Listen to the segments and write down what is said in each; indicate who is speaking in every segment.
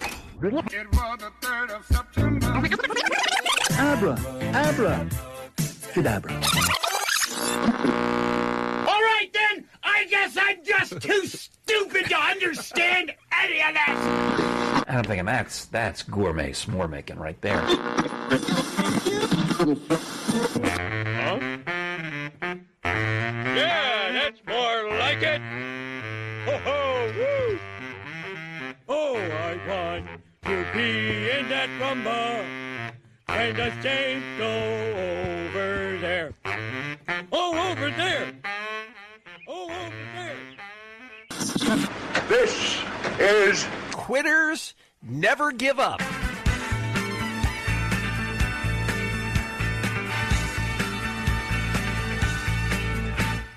Speaker 1: It was the 3rd of September.
Speaker 2: Abra, abra, cadabra.
Speaker 3: All right, then. I guess I'm just too stupid to understand any of this.
Speaker 4: I don't think I'm that's that's gourmet s'more making right there.
Speaker 3: Yeah, that's more like it. Ho ho woo. Oh, I want to be in that rumba and the same go over there. Oh, over there. Oh, over there.
Speaker 5: This is
Speaker 6: Quitters never give up.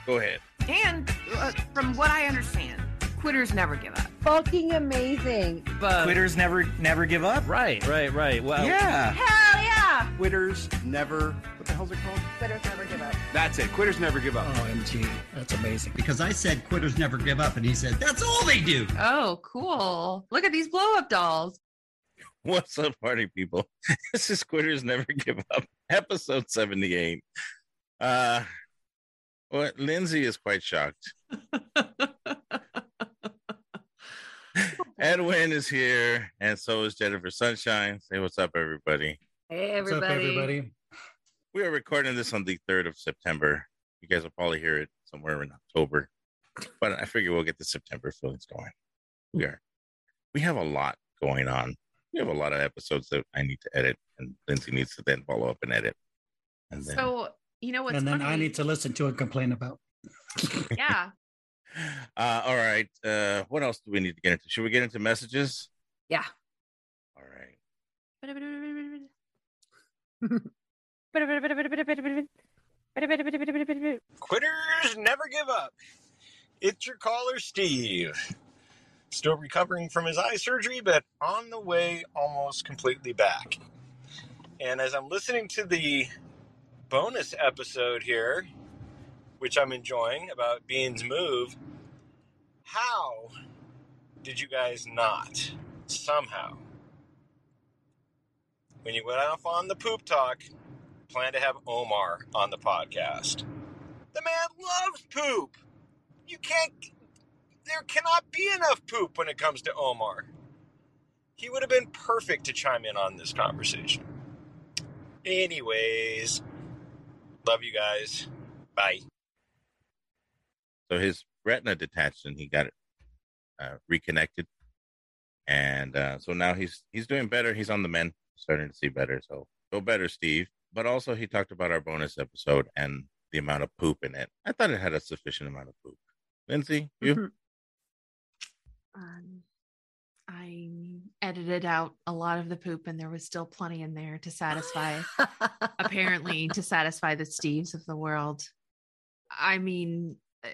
Speaker 5: go ahead.
Speaker 7: And uh, from what I understand, quitters never give up.
Speaker 8: Fucking amazing.
Speaker 6: But
Speaker 9: Quitters never never give up.
Speaker 6: Right, right, right. Well,
Speaker 9: Yeah.
Speaker 7: Hell yeah!
Speaker 9: Quitters never. What the hell's it called?
Speaker 8: Quitters never give up.
Speaker 5: That's it. Quitters never give up.
Speaker 2: OMG, that's amazing.
Speaker 10: Because I said quitters never give up, and he said, that's all they do.
Speaker 7: Oh, cool. Look at these blow up dolls.
Speaker 5: What's up, party people? This is Quitters Never Give Up, episode 78. Uh what Lindsay is quite shocked. Edwin is here, and so is Jennifer Sunshine. Say what's up, everybody.
Speaker 8: Hey,
Speaker 2: What's up, everybody?
Speaker 5: We are recording this on the 3rd of September. You guys will probably hear it somewhere in October, but I figure we'll get the September feelings going. We are. We have a lot going on. We have a lot of episodes that I need to edit, and Lindsay needs to then follow up and edit. And then,
Speaker 7: So, you know what's
Speaker 2: and then
Speaker 7: funny?
Speaker 2: I need to listen to and complain about.
Speaker 7: Yeah.
Speaker 5: uh, all right. Uh, what else do we need to get into? Should we get into messages?
Speaker 7: Yeah.
Speaker 5: All right.
Speaker 9: Quitters never give up. It's your caller, Steve. Still recovering from his eye surgery, but on the way almost completely back. And as I'm listening to the bonus episode here, which I'm enjoying about Bean's move, how did you guys not somehow? When you went off on the poop talk, plan to have Omar on the podcast. The man loves poop. You can't. There cannot be enough poop when it comes to Omar. He would have been perfect to chime in on this conversation. Anyways, love you guys. Bye.
Speaker 5: So his retina detached, and he got it uh, reconnected, and uh, so now he's he's doing better. He's on the mend, starting to see better. So go better, Steve. But also, he talked about our bonus episode and the amount of poop in it. I thought it had a sufficient amount of poop. Lindsay, you
Speaker 7: Mhm. Um, I edited out a lot of the poop, and there was still plenty in there to satisfy, apparently, to satisfy the Steves of the world. I mean, uh,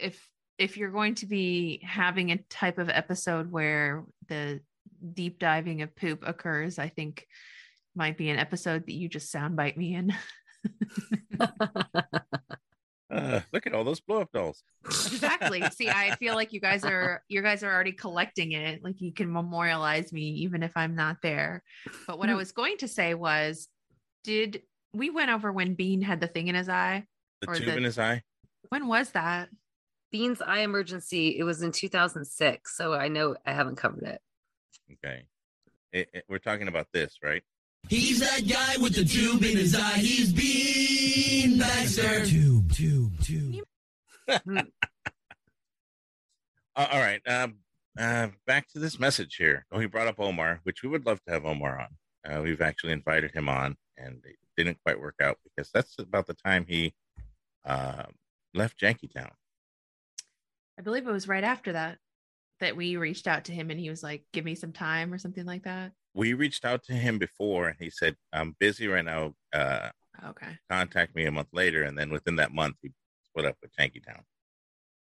Speaker 7: if if you're going to be having a type of episode where the deep diving of poop occurs, I think might be an episode that you just soundbite me in.
Speaker 5: uh, look at all those blow up dolls.
Speaker 7: exactly see i feel like you guys are you guys are already collecting it like you can memorialize me even if i'm not there but
Speaker 5: Hmm.
Speaker 7: what i was going to say was did we went over when bean had the thing in his eye
Speaker 5: The
Speaker 7: Or
Speaker 5: tube
Speaker 7: the-
Speaker 5: in his eye.
Speaker 7: when was that
Speaker 8: Bean's Eye Emergency, it was in 2006, so I know I haven't covered it.
Speaker 5: Okay, It- it- we're talking about this, right?
Speaker 10: He's that guy with the tube in his eye. He's Bean Baxter. Tube, tube, tube.
Speaker 5: Uh, all right. Um, uh, back to this message here. Oh, he brought up Omar, which we would love to have Omar on. Uh, we've actually invited him on, and it didn't quite work out because that's about the time he uh, left Jankytown.
Speaker 7: i believe it was right after that that we reached out to him and he was like give me some time or something like that
Speaker 5: We reached out to him before, and he said, "I'm busy right now. Uh,
Speaker 7: okay
Speaker 5: contact me a month later." And then within that month, he split up with Jankytown.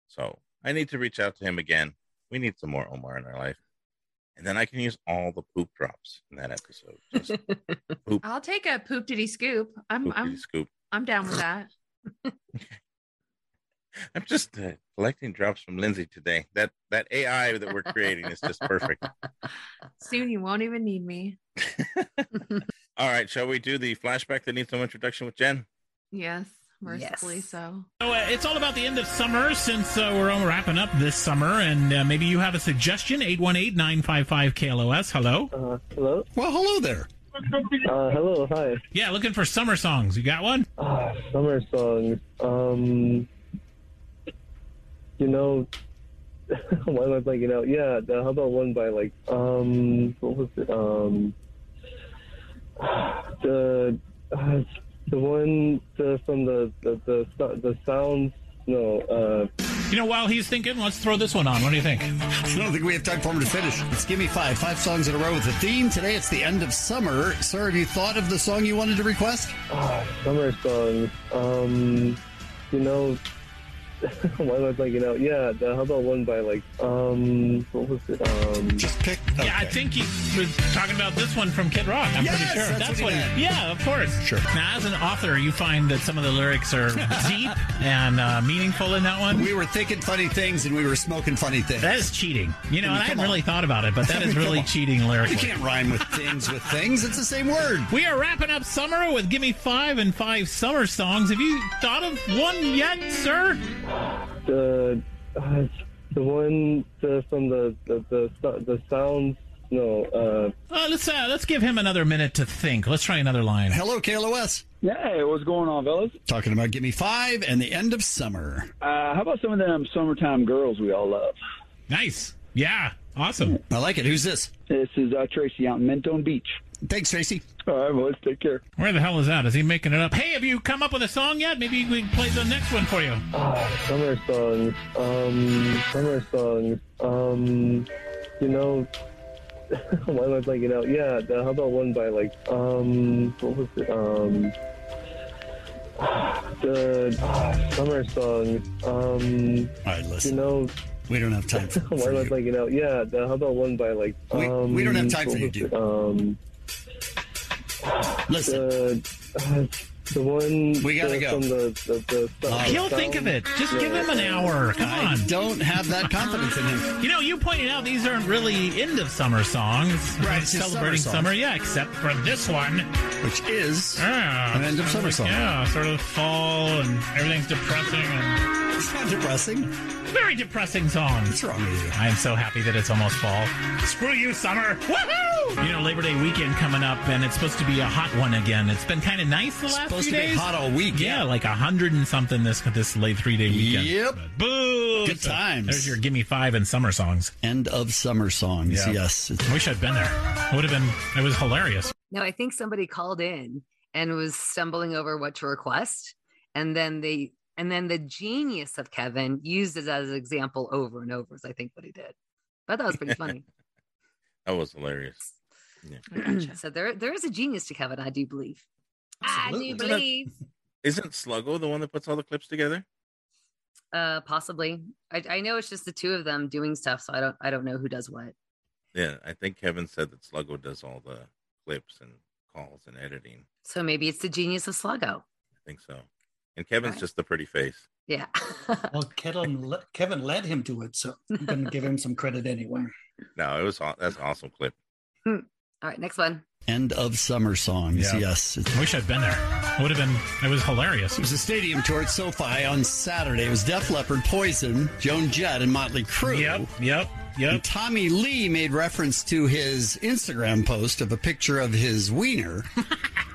Speaker 5: So I need to reach out to him again. We need some more Omar in our life, and then I can use all the poop drops in that episode. Just
Speaker 7: i'll take a poop diddy scoop i'm
Speaker 5: poop
Speaker 7: i'm
Speaker 5: scoop.
Speaker 7: i'm down with that
Speaker 5: I'm just uh, collecting drops from Lindsay today. That that AI that we're creating is just perfect.
Speaker 7: Soon you won't even need me.
Speaker 5: All right, shall we do the flashback that needs no introduction with Jen?
Speaker 7: Yes, mercifully so.
Speaker 11: So, uh, it's all about the end of summer since uh, we're all wrapping up this summer, and uh, maybe you have a suggestion. 818 955 KLOS. Hello. Uh, hello. Well, hello there.
Speaker 12: Uh, hello, hi.
Speaker 11: Yeah, looking for summer songs. You got one?
Speaker 12: Ah, summer songs. Um, you know, why am I blanking out? Yeah, the, how about one by like, um, what was it? Um, the uh, the one the, from the the the, so- the sounds. No, uh,
Speaker 11: You know, while he's thinking, let's throw this one on. What do you think?
Speaker 13: I don't think we have time for him to finish. It's Gimme Five. Five songs in a row with a theme. Today it's the end of summer. Sir, have you thought of the song you wanted to request?
Speaker 12: ah, summer songs. Um, you know, why am I blanking out? Yeah, the, how about one by like, um, what was it? Um,
Speaker 13: just pick.
Speaker 11: Yeah, I think he was talking about this one from Kid Rock. I'm pretty
Speaker 13: Yes,
Speaker 11: sure.
Speaker 13: that's what he meant.
Speaker 11: Yeah, of course. Sure. Now, as an author, you find that some of the lyrics are deep and uh, meaningful in that one.
Speaker 13: We were thinking funny things and we were smoking funny things.
Speaker 11: That is cheating. You know, and I
Speaker 13: I mean, come
Speaker 11: hadn't
Speaker 13: on.
Speaker 11: really thought about it, but
Speaker 13: I
Speaker 11: that
Speaker 13: mean,
Speaker 11: is
Speaker 13: come
Speaker 11: really
Speaker 13: on.
Speaker 11: cheating lyrically.
Speaker 13: You can't rhyme with things with things. It's the same word.
Speaker 11: We are wrapping up summer with Gimme Five and Five Summer Songs. Have you thought of one yet, sir?
Speaker 12: the uh, the one the, from the the the, so- the sounds. No, uh,
Speaker 11: Uh, let's uh, let's give him another minute to think. Let's try another line.
Speaker 13: Hello, KLOS.
Speaker 14: Hey, what's going on, fellas?
Speaker 13: Talking about Gimme Five and the end of summer.
Speaker 14: Uh, how about some of them summertime girls we all love?
Speaker 11: Nice. Yeah. Awesome.
Speaker 13: I like it. Who's this?
Speaker 14: This is uh, Tracy out in Mentone Beach.
Speaker 13: Thanks, Tracy.
Speaker 14: All right, boys. Take care.
Speaker 11: Where the hell is that? Is he making it up? Hey, have you come up with a song yet? Maybe we can play the next one for you.
Speaker 12: ah, summer songs. Um, summer songs. Um, you know. Why am I blanking out? Yeah, the, how about one by like um, what was it? Um, the ah, summer songs. Um,
Speaker 13: All right, listen.
Speaker 12: You know.
Speaker 13: We don't have time for,
Speaker 12: Why am I blanking out? Yeah, the, how about one by like
Speaker 13: We-
Speaker 12: um,
Speaker 13: we don't have time
Speaker 12: what
Speaker 13: for you,
Speaker 12: was
Speaker 13: dude.
Speaker 12: it? Um,
Speaker 13: Listen.
Speaker 12: The, uh, the one.
Speaker 13: We gotta
Speaker 12: the-
Speaker 13: go.
Speaker 12: From the, the, the,
Speaker 13: All right.
Speaker 11: He'll think of it. Just give him an hour. Come
Speaker 13: Uh, I
Speaker 11: on.
Speaker 13: don't have that confidence in him.
Speaker 11: You know, you pointed out these aren't really end of summer songs.
Speaker 13: Right, it's just
Speaker 11: Celebrating
Speaker 13: summer songs.
Speaker 11: summer, yeah, except for this one.
Speaker 13: Which is
Speaker 11: an
Speaker 13: end of summer song.
Speaker 11: Yeah, sort of fall and everything's depressing. And...
Speaker 13: It's not depressing.
Speaker 11: Very depressing song. What's
Speaker 13: wrong with you?
Speaker 11: I am so happy that it's almost fall. Screw you, summer. Woohoo! You know, Labor Day weekend coming up, and it's supposed to be a hot one again. It's been kind of nice the last
Speaker 13: Supposed
Speaker 11: few
Speaker 13: to be
Speaker 11: days.
Speaker 13: hot all week,
Speaker 11: Yeah, like a hundred and something this this late three day weekend.
Speaker 13: Yep.
Speaker 11: Boo!
Speaker 13: Good
Speaker 11: So
Speaker 13: times.
Speaker 11: There's your gimme five and summer songs.
Speaker 13: End of summer songs.
Speaker 11: Yeah.
Speaker 13: Yes.
Speaker 11: Wish I'd been there. Would have been. It was hilarious.
Speaker 8: No, I think somebody called in and was stumbling over what to request. And then they and then the genius of Kevin used it as an example over and over is I think what he did. But that was pretty funny.
Speaker 5: That was hilarious. Yeah.
Speaker 8: so there there is a genius to Kevin, I do believe. I do
Speaker 5: Absolutely.
Speaker 8: believe.
Speaker 5: Isn't Sluggo the one that puts all the clips together?
Speaker 8: Uh possibly. I, I know it's just the two of them doing stuff, so I don't I don't know who does what.
Speaker 5: Yeah, I think Kevin said that Sluggo does all the clips and calls and editing.
Speaker 8: So maybe it's the genius of Sluggo.
Speaker 5: I think so. And Kevin's just the pretty face.
Speaker 8: Yeah.
Speaker 10: well, Kevin, le- Kevin led him to it, so I'm going to give him some credit anyway.
Speaker 5: No, it was aw- that's an awesome clip.
Speaker 8: All right, next one.
Speaker 13: End of summer songs.
Speaker 11: Yeah.
Speaker 13: Yes. It
Speaker 11: Wish I'd been there. Would have been. It was hilarious.
Speaker 13: was a stadium tour at SoFi on Saturday. It was Def Leppard, Poison, Joan Jett, and Motley Crue.
Speaker 11: Yep. Yep. Yep.
Speaker 13: And Tommy Lee made reference to his Instagram post of a picture of his wiener.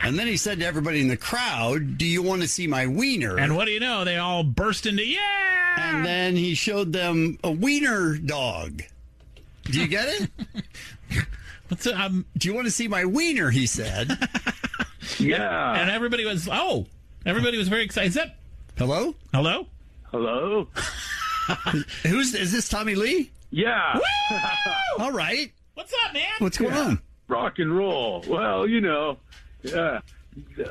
Speaker 13: and then he said to everybody in the crowd, Do you want to see my wiener?
Speaker 11: And what do you know? They all burst into yeah.
Speaker 13: And then he showed them a wiener dog. Do you get it?
Speaker 11: What's, um,
Speaker 13: Do you want to see my wiener? He said.
Speaker 14: Yeah.
Speaker 11: And everybody was oh, everybody was very excited. Is that
Speaker 13: Hello?
Speaker 11: hello?
Speaker 14: Hello.
Speaker 13: Who's is this Tommy Lee?
Speaker 14: Yeah.
Speaker 13: All right.
Speaker 11: What's up, man?
Speaker 13: What's going on?
Speaker 14: Rock and roll. Well, you know, yeah.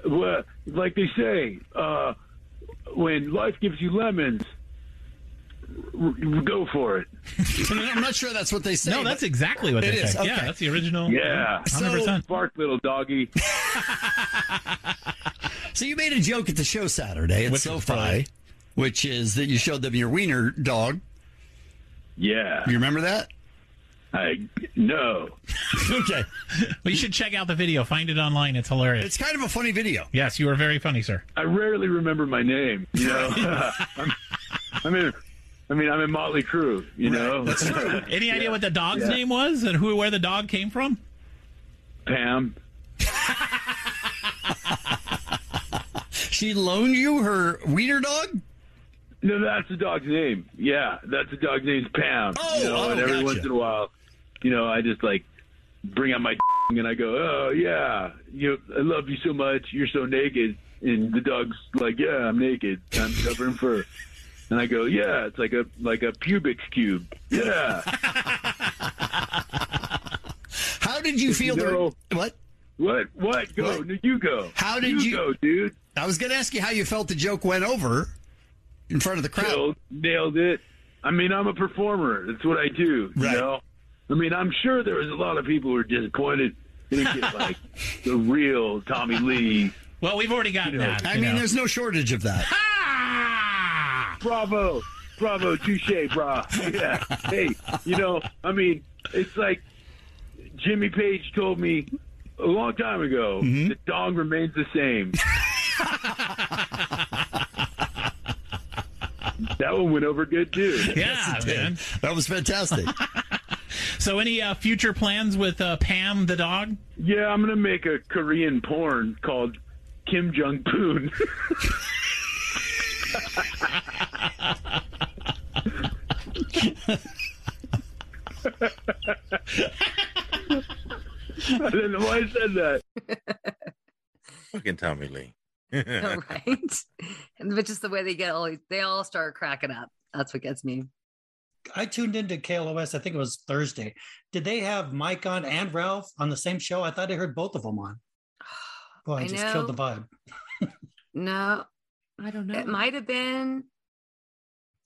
Speaker 14: Well, like they say, uh, when life gives you lemons, r- r- go for it.
Speaker 13: I'm not sure that's what they say.
Speaker 11: No,
Speaker 13: but-
Speaker 11: that's exactly what
Speaker 13: It
Speaker 11: they
Speaker 13: is,
Speaker 11: said.
Speaker 13: okay.
Speaker 11: Yeah, that's the original.
Speaker 14: Yeah.
Speaker 11: hundred percent.
Speaker 14: Bark, little doggy.
Speaker 13: So you made a joke at the show Saturday at
Speaker 11: Which is
Speaker 13: SoFi,
Speaker 11: brilliant.
Speaker 13: which is that you showed them your wiener dog.
Speaker 14: Yeah.
Speaker 13: You remember that?
Speaker 14: I no.
Speaker 13: okay.
Speaker 11: Well, you should check out the video. Find it online. It's hilarious. It's
Speaker 13: kind of a funny video.
Speaker 11: Yes, you are very funny, sir.
Speaker 14: I rarely remember my name. You know, I'm, I'm in. I mean, I'm in Motley Crue. You know,
Speaker 11: Any idea what the dog's
Speaker 14: Yeah.
Speaker 11: name was and who where the dog came from?
Speaker 14: Pam.
Speaker 13: She loaned you her wiener dog.
Speaker 14: No, that's the dog's name. Yeah, that's the dog's name's Pam.
Speaker 13: Oh,
Speaker 14: you know,
Speaker 13: oh,
Speaker 14: and every
Speaker 13: gotcha.
Speaker 14: once in a while, you know, I just like bring out my and I go, oh yeah, you, I love you so much. You're so naked, and the dog's like, yeah, I'm naked. I'm covered in fur. And I go, yeah, it's like a like a pubic cube. Yeah.
Speaker 13: How did you feel?
Speaker 14: No.
Speaker 13: what?
Speaker 14: What? What? Go. No, you go.
Speaker 13: How did you,
Speaker 14: go, dude?
Speaker 13: I was going to ask you how you felt the joke went over in front of the crowd.
Speaker 14: Nailed, nailed it. I mean, I'm a performer. That's what I do. You know? I mean, I'm sure there was a lot of people who were disappointed. They didn't get like the real Tommy Lee.
Speaker 11: Well, we've already gotten that,
Speaker 13: I mean, there's no shortage of that.
Speaker 14: Bravo, bravo, touche, brah. Yeah. Hey, you know, I mean, it's like Jimmy Page told me a long time ago
Speaker 13: Mm-hmm.
Speaker 14: the dog remains the same. that one went over good too.
Speaker 11: Yeah, man.
Speaker 13: That was fantastic.
Speaker 11: so, any uh, future plans with uh, Pam the dog?
Speaker 14: Yeah, I'm gonna make a Korean porn called Kim Jong Poon. I don't know why I said that.
Speaker 5: Fucking Tommy Lee.
Speaker 8: right? And, but just the way they get all they all start cracking up. That's what gets me.
Speaker 10: I tuned into KLOS, I think it was Thursday. Did they have Mike on and Ralph on the same show? I thought I heard both of them on. Boy, I,
Speaker 8: I
Speaker 10: just killed the
Speaker 8: know.
Speaker 10: vibe.
Speaker 8: No,
Speaker 15: I don't know.
Speaker 8: It might have been.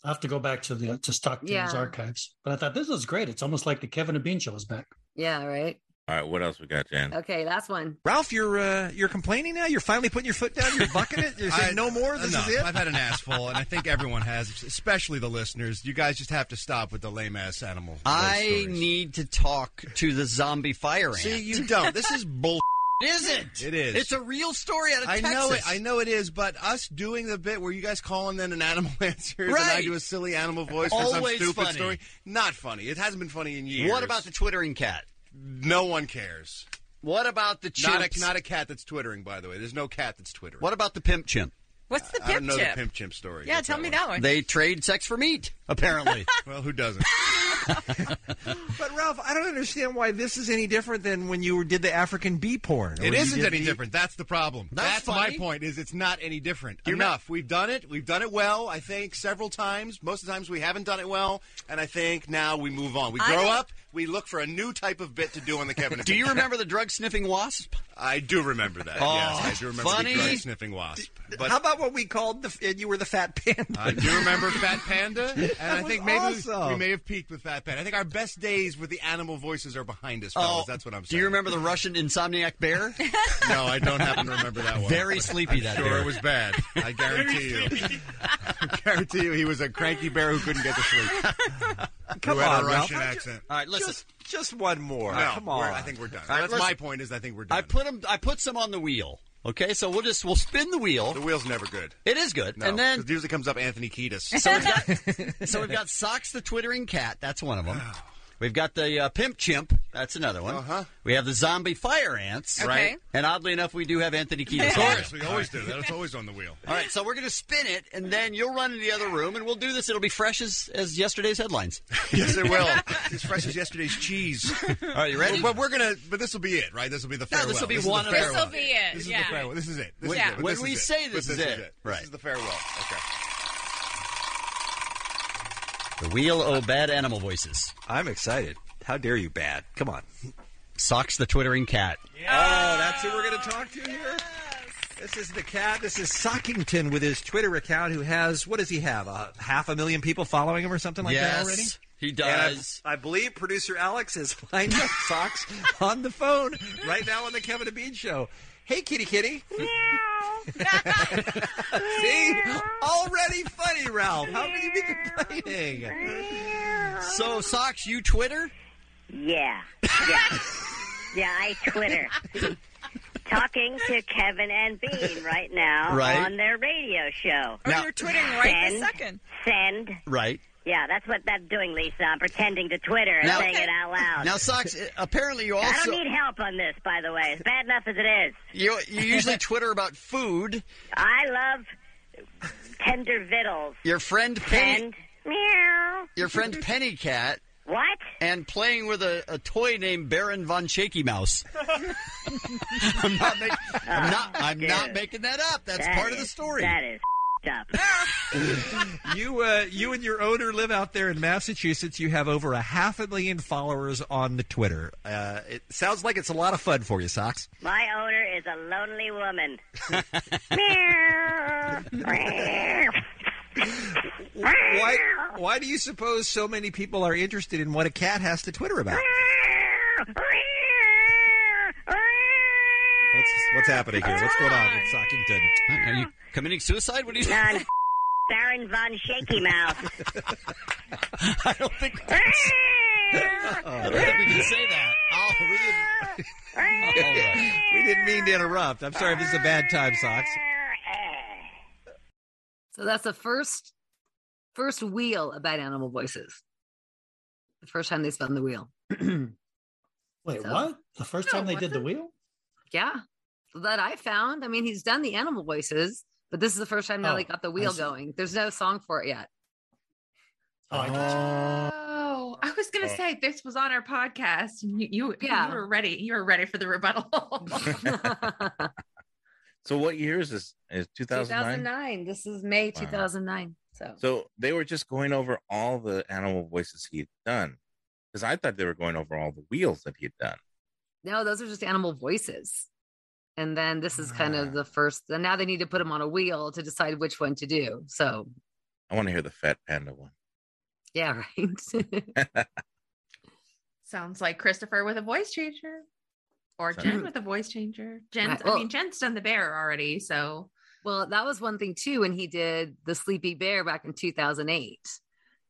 Speaker 10: I'll have to go back to the uh, to Stockton's
Speaker 8: Yeah.
Speaker 10: archives. But I thought this is great. It's almost like the Kevin and Bean show is back.
Speaker 8: Yeah, right.
Speaker 5: All right, what else we got, Jan?
Speaker 8: Okay, last one.
Speaker 6: Ralph, you're uh, you're complaining now. You're finally putting your foot down. You're bucking it. You're saying
Speaker 16: I-
Speaker 6: no more. This
Speaker 16: enough.
Speaker 6: is it.
Speaker 16: I've had an ass full, and I think everyone has, especially the listeners. You guys just have to stop with the lame ass animal.
Speaker 13: I need to talk to the zombie fire ant.
Speaker 16: See, you don't. This is bull.
Speaker 13: It isn't.
Speaker 16: It is.
Speaker 13: It's a real story out of
Speaker 16: I
Speaker 13: Texas.
Speaker 16: know it. I know it is. But us doing the bit where you guys call in then an animal answers, and I
Speaker 13: Right.
Speaker 16: do a silly animal voice for some
Speaker 13: Always
Speaker 16: stupid
Speaker 13: funny.
Speaker 16: story. Not funny. It hasn't been funny in years.
Speaker 13: What about the twittering cat?
Speaker 16: No one cares.
Speaker 13: What about the
Speaker 16: Not a,
Speaker 13: chimps?
Speaker 16: not a cat that's twittering, by the way. There's no cat that's twittering.
Speaker 13: What about the pimp chimp?
Speaker 17: What's the
Speaker 16: I don't
Speaker 17: pimp
Speaker 16: know
Speaker 17: chip?
Speaker 16: the pimp chimp story.
Speaker 17: yeah,
Speaker 16: What's
Speaker 17: tell me that one.
Speaker 13: They trade sex for meat, apparently.
Speaker 16: well, who doesn't?
Speaker 6: But Ralph, I don't understand why this is any different than when you did the African bee porn.
Speaker 16: It isn't any different. That's the problem.
Speaker 6: That's
Speaker 16: That's,
Speaker 6: funny.
Speaker 16: my point. Is it's not any different. Enough. We've done it. We've done it well. I think several times. Most of the times we haven't done it well, and I think now we move on. We
Speaker 13: I
Speaker 16: grow
Speaker 13: don't-
Speaker 16: up. We look for a new type of bit to do on the Kevin. and
Speaker 13: Do you
Speaker 16: Bean Show.
Speaker 13: remember the drug sniffing wasp?
Speaker 16: I do remember that.
Speaker 13: Oh,
Speaker 16: yes, I do remember
Speaker 13: funny.
Speaker 16: the dry sniffing wasp. But
Speaker 6: How about what we called the? And you were the fat panda.
Speaker 16: I do remember Fat Panda, and
Speaker 6: That
Speaker 16: I think
Speaker 6: was
Speaker 16: maybe
Speaker 6: awesome.
Speaker 16: we may have peaked with Fat Panda. I think our best days with the animal voices are behind us.
Speaker 6: Oh.
Speaker 16: Fellas. That's what I'm
Speaker 13: Do
Speaker 16: saying.
Speaker 13: you remember the Russian insomniac bear?
Speaker 16: No, I don't happen to remember that one.
Speaker 13: Very sleepy
Speaker 16: I'm
Speaker 13: that
Speaker 16: sure
Speaker 13: bear.
Speaker 16: it was bad. I guarantee you. I guarantee you, he was a cranky bear who couldn't get to sleep.
Speaker 6: Come
Speaker 16: who had
Speaker 6: on,
Speaker 16: a
Speaker 6: Ralph.
Speaker 16: Russian
Speaker 6: I'm ju-
Speaker 16: accent.
Speaker 13: All right, listen.
Speaker 6: Just, just one more.
Speaker 16: No,
Speaker 6: Come
Speaker 16: we're-
Speaker 6: on.
Speaker 16: I think we're done.
Speaker 13: All right,
Speaker 16: That's
Speaker 13: listen.
Speaker 16: my point. Is I think we're done.
Speaker 13: I put 'em- I put some on the wheel. Okay, so we'll just we'll spin the wheel. The
Speaker 16: wheel's never good.
Speaker 13: It is good,
Speaker 16: No,
Speaker 13: and then
Speaker 16: 'cause usually comes up Anthony Kiedis.
Speaker 13: So we've got, so we've got Socks the Twittering Cat. That's one of them. We've got the uh, Pimp Chimp. That's another one.
Speaker 16: Ah. Uh-huh.
Speaker 13: We have the Zombie Fire Ants.
Speaker 16: Okay. Right.
Speaker 13: And oddly enough, we do have Anthony Kiedis.
Speaker 16: of course, we always do. That's always on the wheel.
Speaker 13: All right, so we're going to spin it, and then you'll run into the other room, and we'll do this. It'll be fresh as, as yesterday's headlines.
Speaker 16: Yes, it will. It's fresh as yesterday's cheese.
Speaker 13: Are you ready?
Speaker 16: But, but we're gonna. But this will be it, right? This will be the farewell.
Speaker 13: this will be
Speaker 16: is
Speaker 13: one
Speaker 16: the
Speaker 13: of the-
Speaker 16: farewell.
Speaker 13: This'll be it,
Speaker 16: This is
Speaker 13: yeah.
Speaker 16: the farewell. This is it. This
Speaker 13: Yeah.
Speaker 16: is it.
Speaker 13: When
Speaker 16: This
Speaker 13: we
Speaker 16: is it.
Speaker 13: say this is it.
Speaker 16: This
Speaker 13: Right.
Speaker 16: is the farewell. Okay.
Speaker 13: The Wheel O Bad Animal Voices.
Speaker 6: I'm excited. How dare you, bad? Come on.
Speaker 13: Socks the Twittering Cat.
Speaker 6: Oh, that's
Speaker 16: Uh,
Speaker 6: who we're going to talk to here. This is the cat. This is Sockington with his Twitter account, who has what does he have? Uh, half a million people following him or something like
Speaker 13: yes.
Speaker 6: that already.
Speaker 13: He
Speaker 6: And
Speaker 13: does.
Speaker 6: I, I believe producer Alex has lined up Fox on the phone right now on the Kevin and Bean show. Hey, kitty, kitty. See, already funny, Ralph. How can you be complaining?
Speaker 13: So, Socks, you Twitter?
Speaker 18: Yeah. Yeah. yeah, I Twitter. Talking to Kevin and Bean right now
Speaker 13: Right.
Speaker 18: on their radio show.
Speaker 13: Now-
Speaker 19: you're twittering right this
Speaker 18: Send,
Speaker 19: second.
Speaker 18: Send.
Speaker 13: Right.
Speaker 18: Yeah, that's what I'm doing, Lisa. I'm pretending to Twitter and
Speaker 13: Now-
Speaker 18: saying it out loud.
Speaker 13: Now, Socks, apparently you also.
Speaker 18: I don't need help on this, by the way. It's bad enough as it is.
Speaker 13: You, you usually Twitter about food.
Speaker 18: I love tender vittles.
Speaker 13: Your friend Penny.
Speaker 18: Send. Meow.
Speaker 13: Your friend Penny Cat.
Speaker 18: What?
Speaker 13: And playing with a, a toy named Baron von Shaky Mouse. I'm not making. I'm not. I'm not making that up. That's
Speaker 6: Ah, That
Speaker 13: part of the
Speaker 6: is-
Speaker 13: story.
Speaker 6: that
Speaker 18: is up.
Speaker 6: you, uh, you and your owner live out there in Massachusetts. You have over a half a million followers on the Twitter. Uh, it sounds like it's a lot of fun for you, Socks.
Speaker 18: My owner is a lonely woman. Meow. Meow.
Speaker 6: Why? Why do you suppose so many people are interested in what a cat has to Twitter about? What's, what's happening here? What's going on, Sockington?
Speaker 13: Are you committing suicide? What are you?
Speaker 18: None.
Speaker 11: Oh,
Speaker 18: Baron von Shaky Mouth.
Speaker 13: I don't think. I don't think we can say that. Oh, we didn't.
Speaker 6: we didn't mean to interrupt. I'm sorry if this is a bad time, Socks.
Speaker 8: So that's the first first wheel about animal voices. The first time they spun the wheel.
Speaker 10: Wait,
Speaker 8: So-
Speaker 10: what? The first
Speaker 8: No,
Speaker 10: time they
Speaker 8: what
Speaker 10: did
Speaker 8: the-
Speaker 10: the wheel?
Speaker 8: Yeah. That I found. I mean, he's done the animal voices, but this is the first time now
Speaker 10: Oh,
Speaker 8: they got the
Speaker 10: I
Speaker 8: wheel
Speaker 10: see.
Speaker 8: going. There's no song for it yet.
Speaker 10: Oh, I got
Speaker 7: Oh, I was gonna
Speaker 10: Oh.
Speaker 7: say this was on our podcast, and you you,
Speaker 8: Yeah.
Speaker 7: you were ready. You were ready for the rebuttal.
Speaker 5: So what year is this? Is 2009?
Speaker 8: 2009. This is May
Speaker 5: Wow.
Speaker 8: 2009. So,
Speaker 5: So they were just going over all the animal voices he had done. Because I thought they were going over all the wheels that he had done.
Speaker 8: no, those are just animal voices. And then this is kind of the first. And now they need to put them on a wheel to decide which one to do. So,
Speaker 5: I want to hear the fat panda one.
Speaker 8: yeah, right.
Speaker 7: Sounds like Christopher with a voice changer, or
Speaker 8: Sounds-
Speaker 7: Jen with a voice changer. Jen,
Speaker 8: Right,
Speaker 7: I
Speaker 8: well-
Speaker 7: mean, Jen's done the bear already, so
Speaker 8: Well, that was one thing too when he did the Sleepy Bear back in 2008.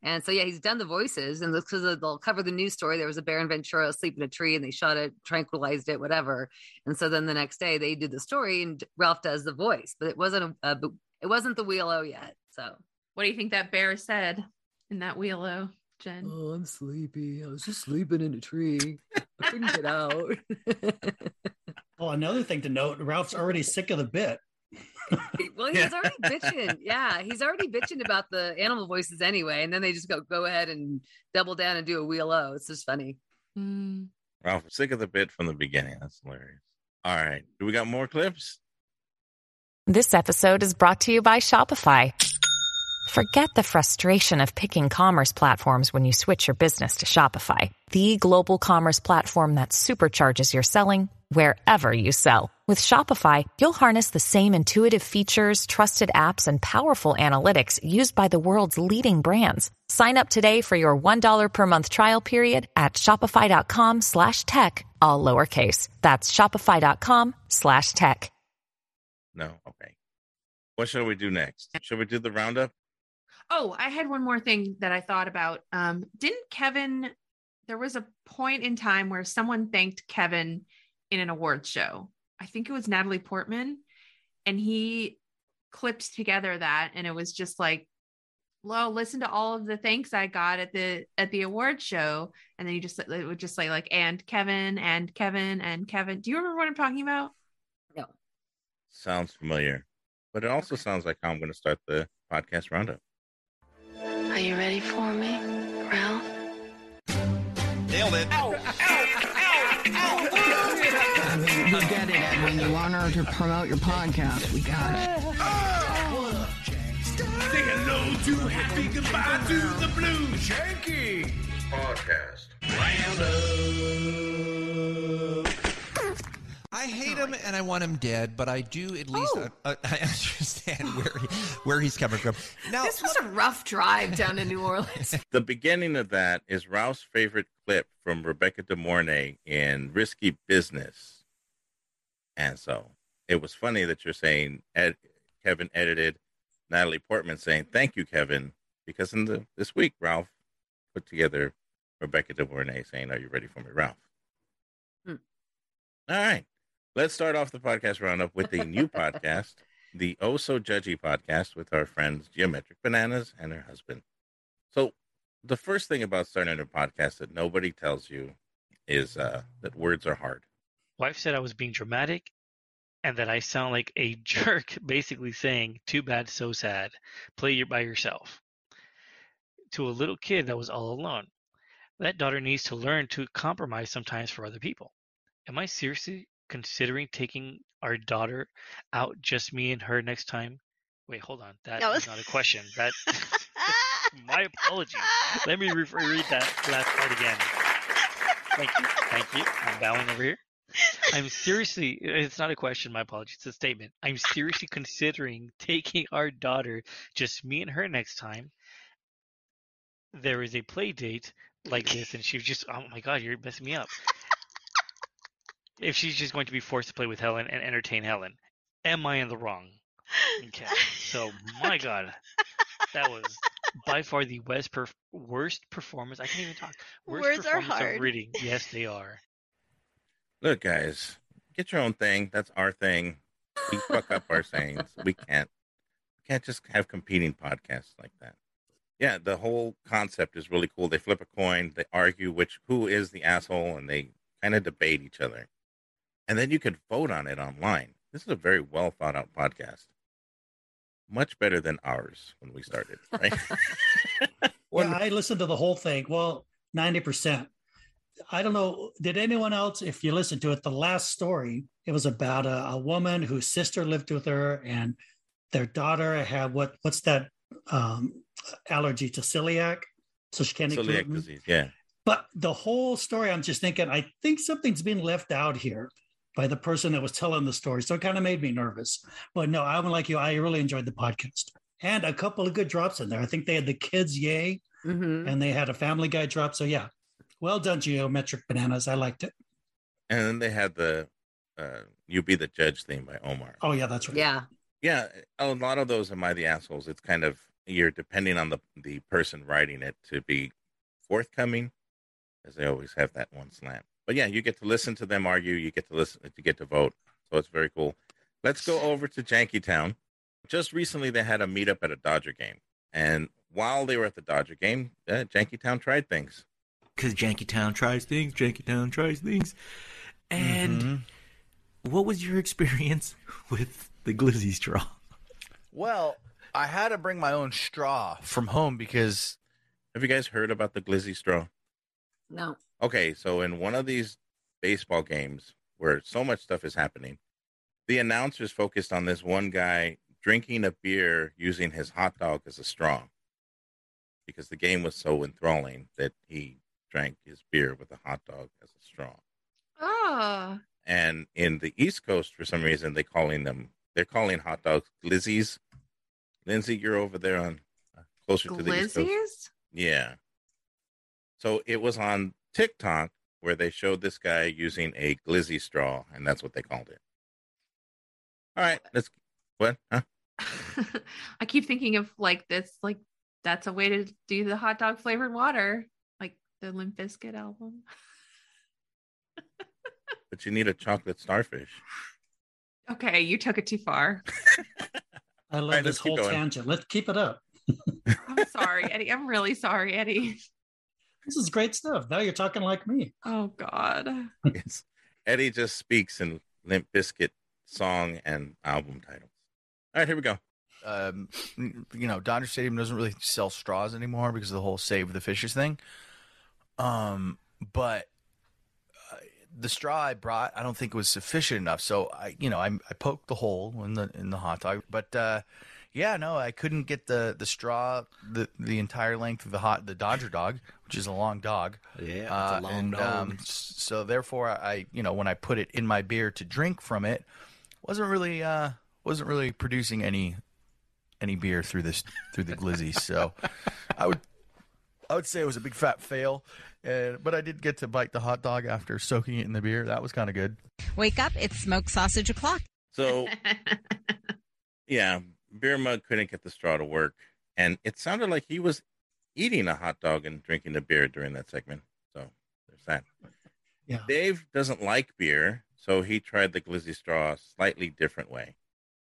Speaker 8: And so, yeah, he's done the voices, and because they'll cover the news story, there was a bear in Ventura asleep in a tree, and they shot it, tranquilized it, whatever. And so then the next day they did the story, and Ralph does the voice, but it wasn't a, a it wasn't the wheel o yet. So
Speaker 7: what do you think that bear said in that wheelo, Jen?
Speaker 8: Oh, I'm sleepy. I was just sleeping in a tree. I couldn't get out.
Speaker 10: Well, Oh, another thing to note, Ralph's already sick of the bit.
Speaker 8: well, he's already bitching. Yeah, he's already bitching about the animal voices anyway, and then they just go go ahead and double down and do a wheel o. It's just funny.
Speaker 5: Ralph, sick of the bit from the beginning. That's hilarious. All right. Do we got more clips?
Speaker 20: This episode is brought to you by Shopify. Forget the frustration of picking commerce platforms when you switch your business to Shopify, the global commerce platform that supercharges your selling wherever you sell. With Shopify, you'll harness the same intuitive features, trusted apps, and powerful analytics used by the world's leading brands. Sign up today for your $1 per month trial period at shopify.com slash tech, all lowercase. That's shopify.com slash tech.
Speaker 5: No. Okay. What shall we do next? Shall we do the roundup?
Speaker 7: Oh, I had one more thing that I thought about. Um, didn't Kevin? There was a point in time where someone thanked Kevin in an awards show. I think it was Natalie Portman, and he clipped together that, and it was just like, "Lo, listen to all of the thanks I got at the at the award show," and then you just it would just say like, "And Kevin, and Kevin, and Kevin." Do you remember what I'm talking about?
Speaker 5: Sounds familiar. But it also sounds like how I'm going to start the podcast roundup.
Speaker 21: Are you ready for me, Ralph?
Speaker 22: Nailed it.
Speaker 3: We get it, Edwin. You want her to promote your podcast. We got it.
Speaker 23: Say hello to happy, goodbye to the blue shaky podcast. Roundup.
Speaker 6: I
Speaker 24: I hate him and I want him dead, but I do at least
Speaker 25: Oh.
Speaker 24: uh, I understand where he, where he's coming from.
Speaker 25: this was a rough drive down to New Orleans.
Speaker 5: The beginning of that is Ralph's favorite clip from Rebecca De Mornay in Risky Business. And so it was funny that you're saying ed- Kevin edited Natalie Portman saying, Thank you, Kevin, because in the, this week, Ralph put together Rebecca De Mornay saying, Are you ready for me, Ralph?
Speaker 8: Hmm.
Speaker 5: All right. Let's start off the podcast roundup with a new podcast, the Oh So Judgy podcast with our friends Geometric Bananas and her husband. So, the first thing about starting a podcast that nobody tells you is uh, that words are hard.
Speaker 23: Wife said I was being dramatic and that I sound like a jerk, basically saying, Too bad, so sad. Play you by yourself. To a little kid that was all alone. That daughter needs to learn to compromise sometimes for other people. Am I seriously considering taking our daughter out, just me and her next time? Wait, hold on. That No. is not a question. That my apologies. Let me re- reread that last part again. Thank you. Thank you. I'm bowing over here. I'm seriously, it's not a question, my apologies. It's a statement. I'm seriously considering taking our daughter, just me and her next time. There is a play date like this, and she was just, oh my God, you're messing me up. If she's just going to be forced to play with Helen and entertain Helen, am I in the wrong? Okay. So, my God, that was by far the worst, perf- worst performance. I can't even talk. Worst
Speaker 26: Words are
Speaker 23: performance of
Speaker 26: hard.
Speaker 23: reading. Yes, they are.
Speaker 5: Look, guys, get your own thing. That's our thing. We fuck up our sayings. We can't. We can't just have competing podcasts like that. Yeah, the whole concept is really cool. They flip a coin, they argue which who is the asshole, and they kind of debate each other. And then you could vote on it online. This is a very well thought out podcast. Much better than ours when we started, right?
Speaker 10: yeah, I listened to the whole thing. Well, 90%. I don't know. Did anyone else, if you listened to it, the last story, it was about a, a woman whose sister lived with her and their daughter had what what's that um, allergy to celiac? So she can't eat
Speaker 5: Celiac
Speaker 10: gluten.
Speaker 5: disease. Yeah.
Speaker 10: But the whole story, I'm just thinking, I think something's being left out here by the person that was telling the story. So it kind of made me nervous. But no, I'm like you. I really enjoyed the podcast and a couple of good drops in there. I think they had the kids, yay, and they had a Family Guy drop. So yeah, well done, Geometric Bananas. I liked it.
Speaker 5: And then they had the uh, You Be the Judge theme by Omar.
Speaker 10: Oh yeah, that's right.
Speaker 8: Yeah.
Speaker 5: Yeah, a lot of those "Am I the assholes?" It's kind of you're depending on the the person writing it to be forthcoming, as they always have that one slant. But yeah, you get to listen to them argue. You get to listen. You get to vote. So it's very cool. Let's go over to Janky Town. Just recently, they had a meetup at a Dodger game, and while they were at the Dodger game, uh, Janky Town tried things.
Speaker 27: because Jankytown tries things, Jankytown tries things. And what was your experience with the glizzy straw?
Speaker 28: Well, I had to bring my own straw from home because.
Speaker 5: Have you guys heard about the glizzy straw?
Speaker 8: No.
Speaker 5: Okay, so in one of these baseball games where so much stuff is happening, the announcers focused on this one guy drinking a beer using his hot dog as a straw because the game was so enthralling that he drank his beer with a hot dog as a straw.
Speaker 7: Ah.
Speaker 25: Oh.
Speaker 5: And in the East Coast, for some reason, they calling them they're calling hot dogs glizzies. Lindsay, you're over there on uh, closer to the East Coast.
Speaker 7: Glizzies?
Speaker 5: Yeah. So it was on TikTok where they showed this guy using a glizzy straw, and that's what they called it. All right, let's. What? Huh?
Speaker 7: I keep thinking of like this, like that's a way to do the hot dog flavored water, like the Limp Bizkit album.
Speaker 5: But you need a chocolate starfish.
Speaker 7: Okay, you took it too far.
Speaker 10: I love this whole tangent. Let's keep it up.
Speaker 7: I'm sorry, Eddie. I'm really sorry, Eddie.
Speaker 10: This is great stuff. Now you're talking like me.
Speaker 7: Oh God.
Speaker 5: Yes. Eddie just speaks in Limp Biscuit song and album title. All right, here we go.
Speaker 28: Um, you know, Dodger Stadium doesn't really sell straws anymore because of the whole save the fishes thing. Um, but uh, the straw I brought, I don't think was sufficient enough. So I, you know, I, I poked the hole in the in the hot dog, but uh, Yeah, no, I couldn't get the the straw the the entire length of the hot the Dodger dog, which is a long dog. Yeah,
Speaker 21: it's a long
Speaker 28: and,
Speaker 21: dog.
Speaker 28: Um, s- so therefore, I you know when I put it in my beer to drink from it, wasn't really uh wasn't really producing any any beer through this through the glizzy. so I would I would say it was a big fat fail, and but I did get to bite the hot dog after soaking it in the beer. That was kind of good.
Speaker 29: Wake up, it's smoked sausage o'clock.
Speaker 5: So yeah, beer mug couldn't get the straw to work, and it sounded like he was eating a hot dog and drinking a beer during that segment. So there's that.
Speaker 10: Yeah.
Speaker 5: Dave doesn't like beer, so he tried the glizzy straw a slightly different way.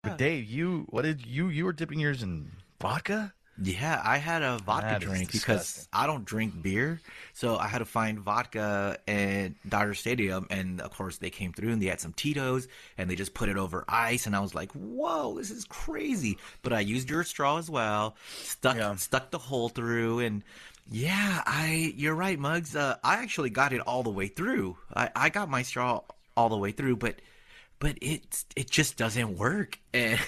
Speaker 28: But Dave, you what did you you were dipping yours in vodka?
Speaker 27: Yeah, I had a vodka
Speaker 28: That is
Speaker 27: drink because I don't drink beer, so I had to find vodka at Dodger Stadium, and of course they came through and they had some Tito's, and they just put it over ice, and I was like, "Whoa, this is crazy!" But I used your straw as well, stuck stuck the hole through, and yeah, I you're right, Muggs. Uh, I actually got it all the way through. I I got my straw all the way through, but but it it just doesn't work and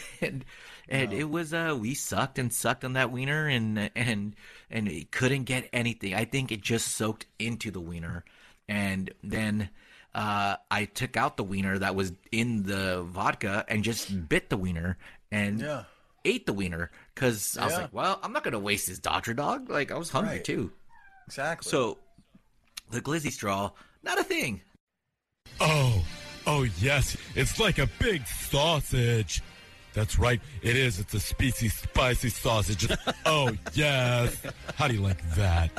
Speaker 27: and it was uh we sucked and sucked on that wiener and and and it couldn't get anything i think it just soaked into the wiener and then uh i took out the wiener that was in the vodka and just bit the wiener and
Speaker 28: Yeah.
Speaker 27: ate the wiener because i was
Speaker 28: Yeah.
Speaker 27: like well i'm not gonna waste this dodger dog like i was hungry
Speaker 28: Right.
Speaker 27: too
Speaker 28: exactly
Speaker 27: so the glizzy straw not a thing
Speaker 3: Oh, oh yes, it's like a big sausage. That's right, it is. It's a spicy, spicy sausage. oh yes. How do you like that?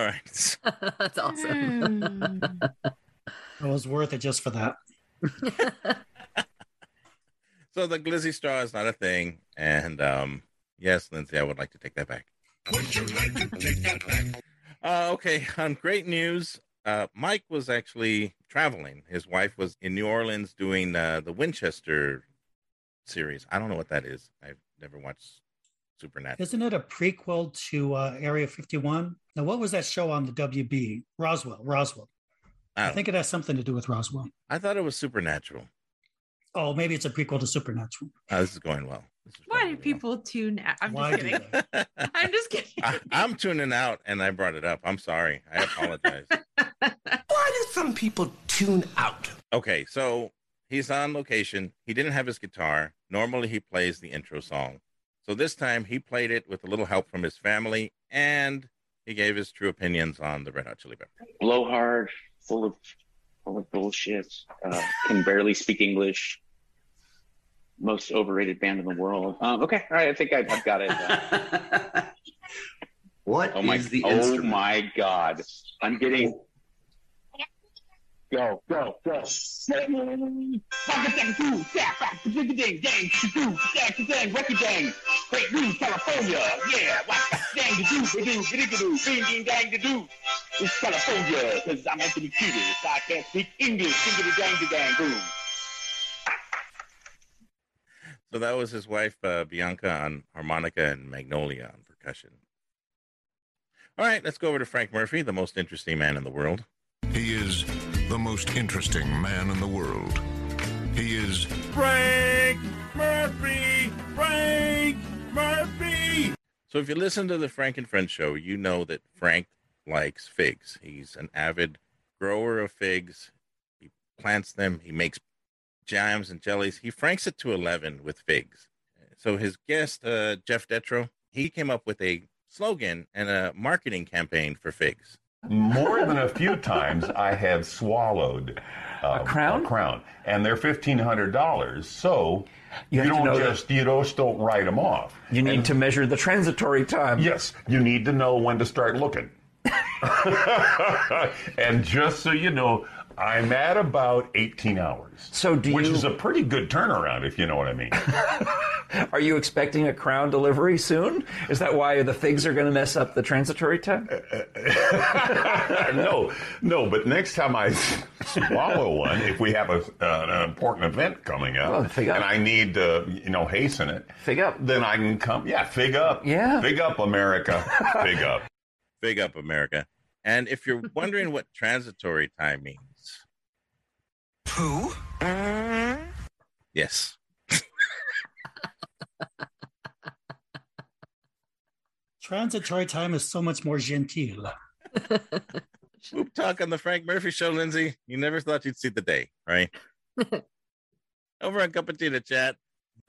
Speaker 5: right.
Speaker 8: That's awesome.
Speaker 10: Mm. It was worth it just for that.
Speaker 5: So the glizzy straw is not a thing, and um, yes, Lindsay, I would like to take that back. Uh, okay, on great news, uh, Mike was actually traveling. His wife was in New Orleans doing uh, the Winchester series. I don't know what that is. I've never watched Supernatural.
Speaker 10: Isn't it a prequel to uh, Area 51? Now, what was that show on the WB? Roswell, Roswell.
Speaker 5: I,
Speaker 10: I think it has something to do with Roswell.
Speaker 5: I thought it was Supernatural.
Speaker 10: Oh, maybe it's a prequel to Supernatural.
Speaker 5: Oh, this is going well.
Speaker 7: Why do people tune out? I'm
Speaker 5: Why
Speaker 7: just
Speaker 5: do
Speaker 7: kidding. I'm just kidding.
Speaker 5: I, I'm tuning out, and I brought it up. I'm sorry. I apologize. Why do some people tune out? Okay, so he's on location. He didn't have his guitar. Normally, he plays the intro song. So this time, he played it with a little help from his family, and he gave his true opinions on the Red Hot Chili Peppers.
Speaker 30: blowhard, full of full of bullshit. Uh, can barely speak English. Most overrated band in the world. Um, okay, all right, I think I, I've got it. uh,
Speaker 31: What
Speaker 30: oh my,
Speaker 31: is the
Speaker 30: oh
Speaker 31: instrument?
Speaker 30: my god! I'm getting. Go go go! It's California, because I'm Anthony Peters. I can't speak English. Singity dang da dang boom.
Speaker 5: So that was his wife, uh, Bianca, on harmonica and Magnolia on percussion. All right, let's go over to Frank Murphy, the most interesting man in the world.
Speaker 12: He is the most interesting man in the world. He is Frank Murphy. Frank Murphy.
Speaker 5: So if you listen to the Frank and Friends show, you know that Frank likes figs. He's an avid grower of figs. He plants them. He makes jams and jellies. He franks it to 11 with figs. So his guest, uh, Jeff Detro, he came up with a slogan and a marketing campaign for figs.
Speaker 26: More than a few times, I have swallowed uh, a crown. crown, and they're fifteen hundred dollars. So you,
Speaker 32: have to
Speaker 26: don't
Speaker 32: know
Speaker 26: just you just don't write them off.
Speaker 32: You need to measure the transitory time.
Speaker 26: Yes, you need to know when to start looking. and just so you know, I'm at about eighteen hours. So do which is a pretty good turnaround, if you know what I mean.
Speaker 32: Are you expecting a crown delivery soon? Is that why the figs are going to mess up the transitory time?
Speaker 26: no, no, but next time I swallow one, if we have a, uh, an important event coming up,
Speaker 32: Oh, fig up.
Speaker 26: and I need to, you know, hasten it, fig up. Then I can come. Yeah, fig up. Yeah, fig up, America. fig up.
Speaker 5: Big up, America. And if you're wondering what transitory time means, poo. Yes.
Speaker 10: Transitory time is so much more genteel.
Speaker 5: Oh. Poop talk on the Frank Murphy show, Lindsay. You never thought you'd see the day, right? Over on Cup of Tea to chat.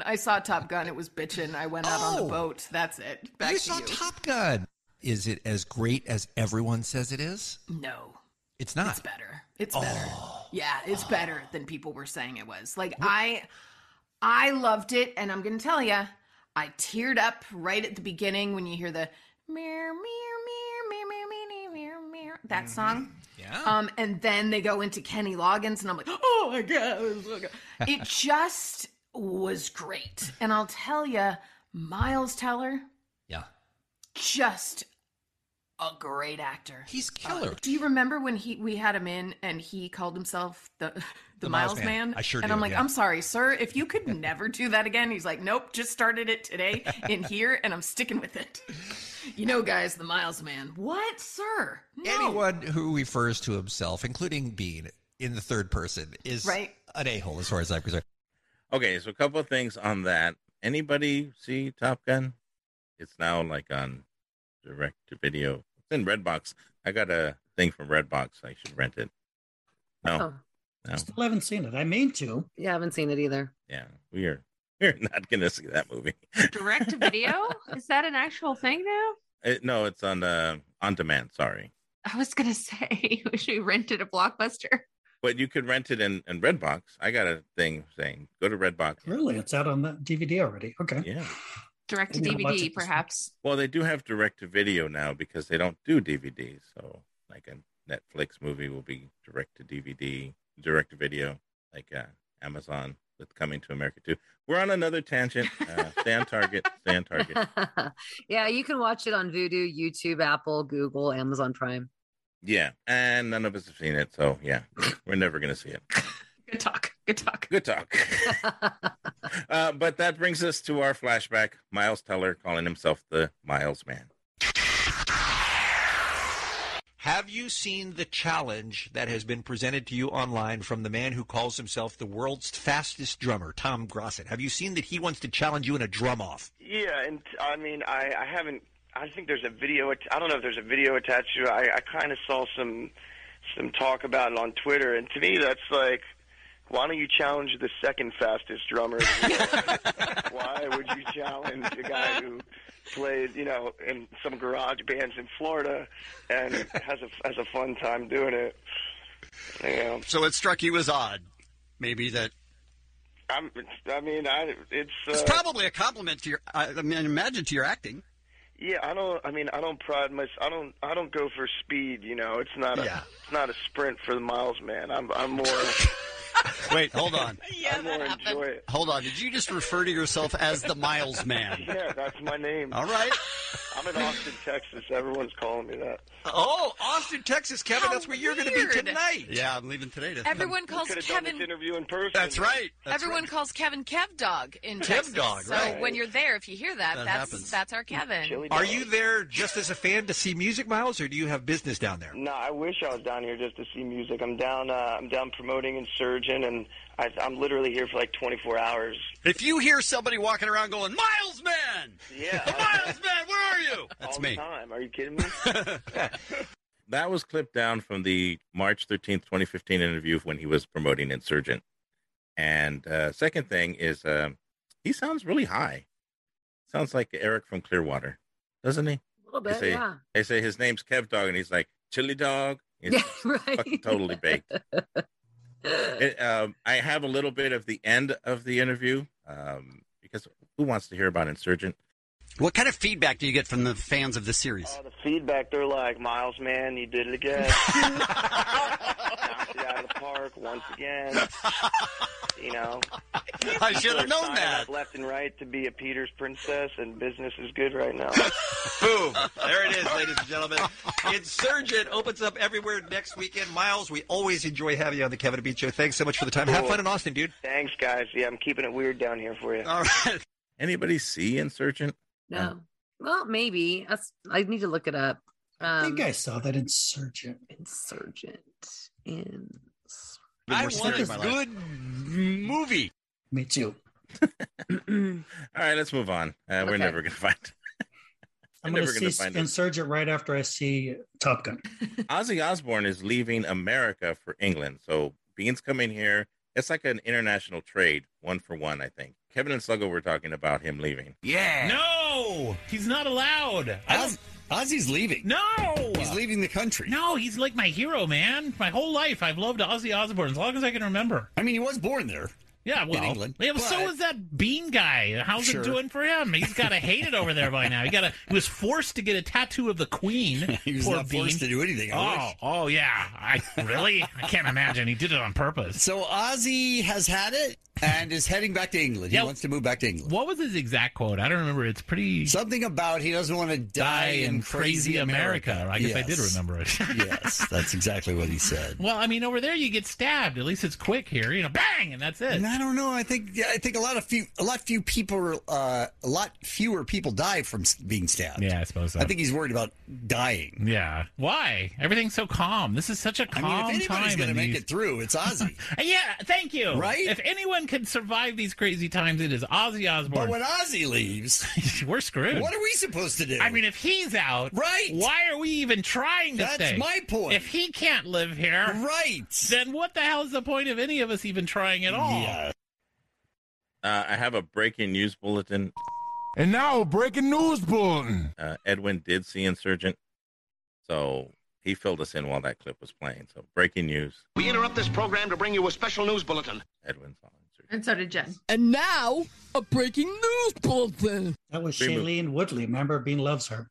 Speaker 25: I saw Top Gun. It was bitchin'. I went out on
Speaker 24: Oh.
Speaker 25: the boat. That's it. Back
Speaker 24: you
Speaker 25: to
Speaker 24: saw
Speaker 25: you.
Speaker 24: Top Gun. Is it as great as everyone says it is?
Speaker 25: No,
Speaker 24: It's not.
Speaker 25: it's better. It's better.
Speaker 24: Oh.
Speaker 25: Yeah, it's better than people were saying it was. Like I, I loved it, and I'm gonna tell you, I teared up right at the beginning when you hear the mirror, mirror, mirror, mirror, mirror, mirror, mirror, that song.
Speaker 24: Mm-hmm. Yeah.
Speaker 25: Um, and then they go into Kenny Loggins, and I'm like, oh my god, it was so good. it just was great. And I'll tell you, Miles Teller,
Speaker 24: Yeah.
Speaker 25: just a great actor.
Speaker 24: He's killer.
Speaker 25: do you remember when he we had him in and he called himself the the,
Speaker 24: The
Speaker 25: Miles Man?
Speaker 24: I sure
Speaker 25: And
Speaker 24: do,
Speaker 25: I'm like,
Speaker 24: yeah.
Speaker 25: I'm sorry, sir, if you could never do that again. He's like, Nope, just started it today in here, and I'm sticking with it. You know, guys, the Miles Man. What, sir? No.
Speaker 24: Anyone who refers to himself, including Bean, in the third person is
Speaker 25: Right.
Speaker 24: an a hole as far as I'm concerned.
Speaker 5: Okay, so a couple of things on that. Anybody see Top Gun? It's now like on direct to video. It's in Redbox. I got a thing from Redbox. I should rent it. No,
Speaker 10: Oh.
Speaker 5: no,
Speaker 10: Still haven't seen it. I mean to.
Speaker 8: Yeah, I Oh. haven't seen it either.
Speaker 5: yeah, we are we're not gonna see that movie.
Speaker 7: Direct to video? Is that an actual thing now?
Speaker 5: Uh, no, it's on uh, on demand. Sorry,
Speaker 7: I was gonna say, wish we rented a blockbuster.
Speaker 5: but you could rent it in, in Redbox. I got a thing saying go to Redbox.
Speaker 10: Really? It's out on the DVD already. Okay.
Speaker 5: Yeah.
Speaker 7: Direct to
Speaker 10: I'm gonna watch
Speaker 7: DVD,
Speaker 10: it this
Speaker 7: perhaps.
Speaker 5: Well, they do have direct to video now because they don't do DVD. So, like a Netflix movie will be direct to DVD, direct to video, like uh, Amazon with Coming to America too. We're on another tangent. Uh, stay on target. Stay on target.
Speaker 8: yeah, you can watch it on Vudu, YouTube, Apple, Google, Amazon Prime.
Speaker 5: Yeah, and none of us have seen it, so yeah, we're never gonna see it.
Speaker 7: Good talk. Good talk.
Speaker 5: Good talk. uh, but that brings us to our flashback. Miles Teller calling himself the Miles Man.
Speaker 6: Have you seen the challenge that has been presented to you online from the man who calls himself the world's fastest drummer, Tom Grosset? Have you seen that he wants to challenge you in a drum off?
Speaker 31: Yeah, and t- I mean, I, I haven't. I think there's a video. att- I don't know if there's a video attached to it. I, I kind of saw some some talk about it on Twitter, and to me, that's like, why don't you challenge the second fastest drummer? in the world? why would you challenge a guy who plays, you know, in some garage bands in Florida and has a has a fun time doing it? Yeah.
Speaker 6: So it struck you as odd, maybe that
Speaker 31: I'm. I mean, I. It's. Uh,
Speaker 11: It's probably a compliment to your. I, I mean, imagine to your acting.
Speaker 31: Yeah, I don't. I mean, I don't pride myself. I don't. I don't go for speed. You know, it's not a. It's not a sprint for the miles man. I'm. I'm more.
Speaker 11: Wait, hold on,
Speaker 31: yeah, I more enjoy it.
Speaker 11: hold on. Did you just refer to yourself as the Miles Man?
Speaker 31: Yeah, that's my name.
Speaker 11: All right.
Speaker 31: I'm in Austin, Texas. Everyone's calling me that.
Speaker 6: Oh, Austin, Texas, Kevin. that's where you're going to be tonight.
Speaker 11: Yeah, I'm leaving today. To
Speaker 25: Everyone calls
Speaker 31: Could have done
Speaker 25: Kevin.
Speaker 31: this interview in person.
Speaker 11: That's right. That's
Speaker 25: Everyone
Speaker 11: right.
Speaker 25: calls Kevin Kev Dog in
Speaker 6: Kev
Speaker 25: Texas.
Speaker 6: Dog,
Speaker 25: so
Speaker 6: right.
Speaker 25: when you're there, if you hear that,
Speaker 6: That
Speaker 25: that's
Speaker 6: happens.
Speaker 25: that's our Kevin.
Speaker 6: Are you there just as a fan to see music, Miles, or do you have business down there?
Speaker 31: No, I wish I was down here just to see music. I'm down. Uh, I'm down promoting Insurgent, and I, I'm literally here for like 24 hours.
Speaker 11: If you hear somebody walking around going, Miles Man,
Speaker 31: Yeah.
Speaker 11: the Miles Man, where are you?
Speaker 31: all the time. Are you kidding me?
Speaker 5: That was clipped down from the March 13th, 2015 interview when he was promoting Insurgent. And uh, second thing is, uh, he sounds really high. Sounds like Eric from Clearwater, doesn't he?
Speaker 8: A little
Speaker 5: They
Speaker 8: bit,
Speaker 5: say,
Speaker 8: yeah.
Speaker 5: they say his name's Kev Dog, and he's like, Chili Dog. It's fucking totally baked. It, um, I have a little bit of the end of the interview um, because who wants to hear about Insurgent?
Speaker 11: What kind of feedback do you get from the fans of this series?
Speaker 31: the feedback, they're like, Miles, man, you did it again. Knocked it out of the park once again. You know,
Speaker 11: I should have
Speaker 31: People are
Speaker 11: known
Speaker 31: signing
Speaker 11: that.
Speaker 31: up Left and right to be a Peter's princess, and business is good right now.
Speaker 6: Boom. There it is, ladies and gentlemen. Insurgent opens up everywhere next weekend. Miles, we always enjoy having you on the Kevin and Bean Show. Thanks so much for the time. Have
Speaker 31: Cool.
Speaker 6: fun in Austin, dude.
Speaker 31: Thanks, guys. Yeah, I'm keeping it weird down here for you.
Speaker 6: All right.
Speaker 5: Anybody see Insurgent?
Speaker 8: No. Well, maybe. That's, I need to look it up. Um, I
Speaker 10: think I saw that Insurgent.
Speaker 8: Insurgent. In...
Speaker 11: I want a good movie.
Speaker 10: Me too.
Speaker 5: All right, let's move on. Uh, We're
Speaker 8: Okay.
Speaker 5: never going to find
Speaker 10: I'm
Speaker 5: They're
Speaker 10: going
Speaker 5: never
Speaker 10: to
Speaker 5: gonna
Speaker 10: see
Speaker 5: find it.
Speaker 10: Insurgent right after I see Top Gun.
Speaker 5: Ozzy Osbourne is leaving America for England. So Beans coming here. It's like an international trade, one for one, I think. Kevin and Sluggo were talking about him leaving.
Speaker 11: Yeah. No, he's not allowed. Oz, Ozzy's leaving. No, he's leaving the country. No, he's like my hero, man. My whole life, I've loved Ozzy Osbourne as long as I can remember. I mean, he was born there. Yeah, well,
Speaker 13: England.
Speaker 11: yeah, but so
Speaker 13: But-
Speaker 11: is that Bean guy. How's
Speaker 13: Sure.
Speaker 11: it doing for him? He's got to hate it over there by now. He got to. He was forced to get a tattoo of the Queen.
Speaker 13: He was
Speaker 11: Poor
Speaker 13: not
Speaker 11: Bean.
Speaker 13: forced to do anything, I
Speaker 11: oh,
Speaker 13: wish.
Speaker 11: oh yeah. I really. I can't imagine he did it on purpose.
Speaker 13: So Ozzy has had it and is heading back to England. He
Speaker 11: Yeah.
Speaker 13: wants to move back to England.
Speaker 11: What was his exact quote? I don't remember. It's pretty
Speaker 13: something about he doesn't want to die, in crazy America.
Speaker 11: I guess I did remember it.
Speaker 13: yes, that's exactly what he said.
Speaker 11: Well, I mean, over there you get stabbed. At least it's quick here. You know, bang, and that's it.
Speaker 13: And I don't know. I think yeah, I think a lot of few a lot few people uh, a lot fewer people die from s- being stabbed.
Speaker 11: Yeah, I suppose so.
Speaker 13: I think he's worried about dying.
Speaker 11: Yeah. Why? Everything's so calm. This is such a
Speaker 13: I
Speaker 11: calm
Speaker 13: mean, if anybody's
Speaker 11: time.
Speaker 13: gonna
Speaker 11: in
Speaker 13: make
Speaker 11: these-
Speaker 13: it through, it's Ozzy.
Speaker 11: yeah, thank you.
Speaker 13: Right?
Speaker 11: If anyone can survive these crazy times, it is Ozzy Osbourne.
Speaker 13: But when Ozzy leaves,
Speaker 11: we're screwed.
Speaker 13: What are we supposed to do?
Speaker 11: I mean, if he's out,
Speaker 13: Right.
Speaker 11: Why are we even trying to
Speaker 13: That's
Speaker 11: stay?
Speaker 13: my point.
Speaker 11: If he can't live here,
Speaker 13: right?
Speaker 11: Then what the hell is the point of any of us even trying at all?
Speaker 5: Uh, I have a breaking news bulletin.
Speaker 33: And now, breaking news bulletin.
Speaker 5: Uh, Edwin did see Insurgent. So he filled us in while that clip was playing. So breaking news.
Speaker 25: We interrupt this program to bring you a special news bulletin.
Speaker 5: Edwin saw
Speaker 7: And so did Jen.
Speaker 25: And now, a breaking news bulletin.
Speaker 10: That was
Speaker 5: Reboot.
Speaker 10: Shailene Woodley. Remember, Bean loves her.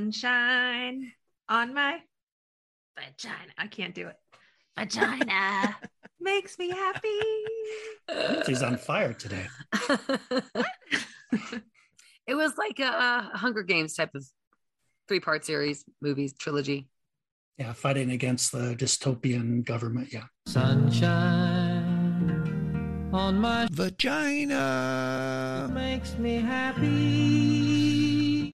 Speaker 7: Sunshine on my vagina. I can't do it. Vagina makes me happy.
Speaker 10: She's on fire today.
Speaker 8: It was like a, a Hunger Games type of three part series, movies, trilogy.
Speaker 10: Yeah, fighting against the dystopian government. Yeah.
Speaker 3: Sunshine on my vagina makes me happy.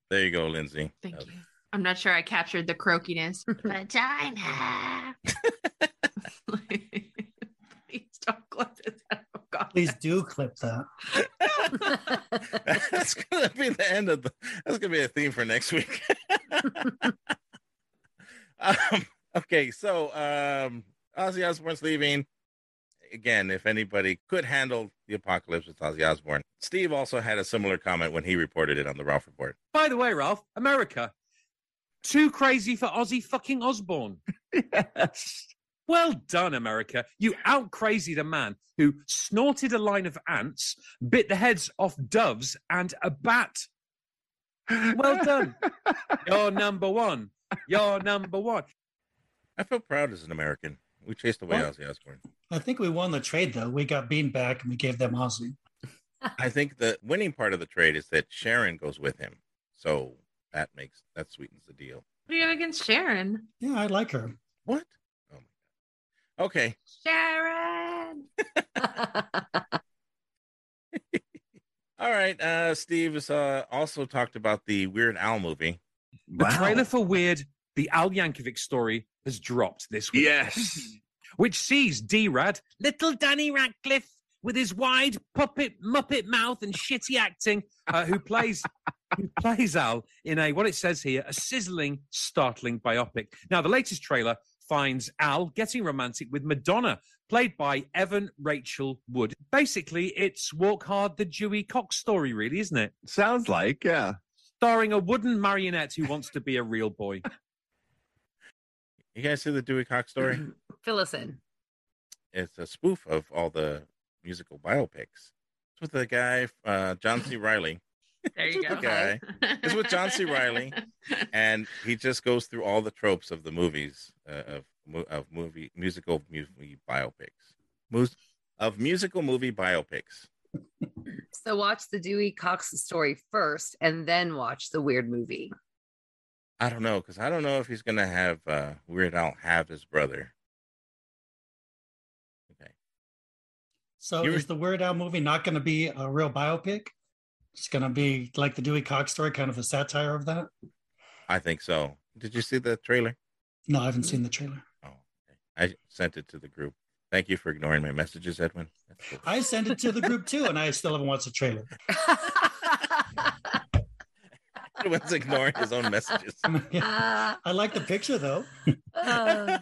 Speaker 5: There you go, Lindsay.
Speaker 7: Thank you. I'm not sure I captured the croakiness. vagina. Please don't clip this out of
Speaker 10: Please do clip that.
Speaker 5: That's gonna be the end of the. That's gonna be a theme for next week. um, okay, so um, Ozzy Osbourne's leaving. Again, if anybody could handle the apocalypse, it's Ozzy Osbourne. Steve also had a similar comment when he reported it on the Ralph Report.
Speaker 34: By the way, Ralph, America, too crazy for Ozzy fucking Osborne. yes. Well done, America. You out crazy the man who snorted a line of ants, bit the heads off doves and a bat. Well done. You're number one. You're number one.
Speaker 5: I feel proud as an American. We chased away Ozzy Osbourne.
Speaker 10: I think we won the trade though. We got Bean back and we gave them Ozzy.
Speaker 5: I think the winning part of the trade is that Sharon goes with him, so that makes that sweetens the deal.
Speaker 7: What do you have against Sharon?
Speaker 10: Yeah, I like her.
Speaker 5: What? Okay,
Speaker 7: Sharon.
Speaker 5: all right. Uh, Steve has uh, also talked about the Weird Al movie.
Speaker 34: The trailer for Weird, the Al Yankovic story, has dropped this week. Yes. Which sees D Rad, little Danny Radcliffe, with his wide puppet muppet mouth and shitty acting, uh, who plays who plays Al in a what it says here a sizzling, startling biopic. Now, the latest trailer finds Al getting romantic with Madonna, played by Evan Rachel Wood. Basically, it's Walk Hard, the Dewey Cox story, really, isn't it? Sounds like, yeah. Starring a wooden marionette who wants to be a real boy.
Speaker 5: You guys see the Dewey Cox story?
Speaker 8: Fill us in.
Speaker 5: it's a spoof of all the musical biopics. It's with the guy, uh, John C. Riley.
Speaker 7: There you go.
Speaker 5: Okay. It's with John C. Riley, and he just goes through all the tropes of the movies uh, of mo- of movie musical movie biopics, Mus- of musical movie biopics.
Speaker 8: So watch the Dewey Cox story first and then watch the weird movie.
Speaker 5: I don't know because I don't know if he's gonna have uh, Weird Al have his brother.
Speaker 10: So
Speaker 5: You were-
Speaker 10: is the Weird Al movie not going to be a real biopic? It's going to be like the Dewey Cox story, kind of a satire of that.
Speaker 5: I think so. Did you see the trailer?
Speaker 10: No, I haven't seen the trailer.
Speaker 5: I sent it to the group. Thank you for ignoring my messages, Edwin. That's cool.
Speaker 10: I sent it to the group too, and I still haven't watched the trailer.
Speaker 5: Everyone's ignoring his own messages.
Speaker 10: I like the picture though.
Speaker 5: yeah,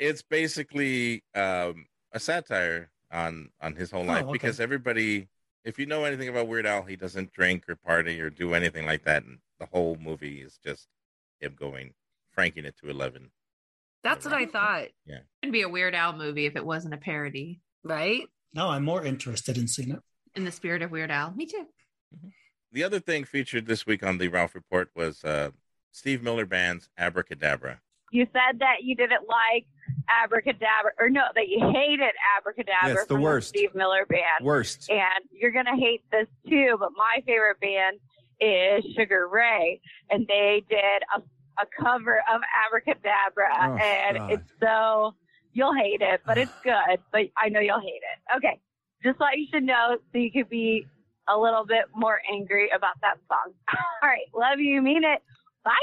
Speaker 5: it's basically um, a satire on on his whole life
Speaker 29: okay.
Speaker 5: because everybody, if you know anything about Weird Al, he doesn't drink or party or do anything like that, and the whole movie is just him going franking it to eleven.
Speaker 7: That's what I thought.
Speaker 5: Yeah.
Speaker 7: It'd be a Weird Al movie if it wasn't a parody, right?
Speaker 10: Now I'm more interested in seeing it.
Speaker 7: In the spirit of Weird Al. Me too.
Speaker 5: The other thing featured this week on the Ralph Report was uh, Steve Miller Band's Abracadabra.
Speaker 21: You said that you didn't like Abracadabra, or no, that you hated Abracadabra.
Speaker 5: Yes, the
Speaker 21: from
Speaker 5: worst.
Speaker 21: Steve Miller band.
Speaker 5: Worst.
Speaker 21: And you're gonna hate this too, but my favorite band is Sugar Ray, and they did a, a cover of Abracadabra,
Speaker 35: Oh,
Speaker 21: and
Speaker 35: God.
Speaker 21: it's so you'll hate it, but it's good. But I know you'll hate it. Okay, just thought you should know so you could be a little bit more angry about that song. All right, love you, mean it. Bye.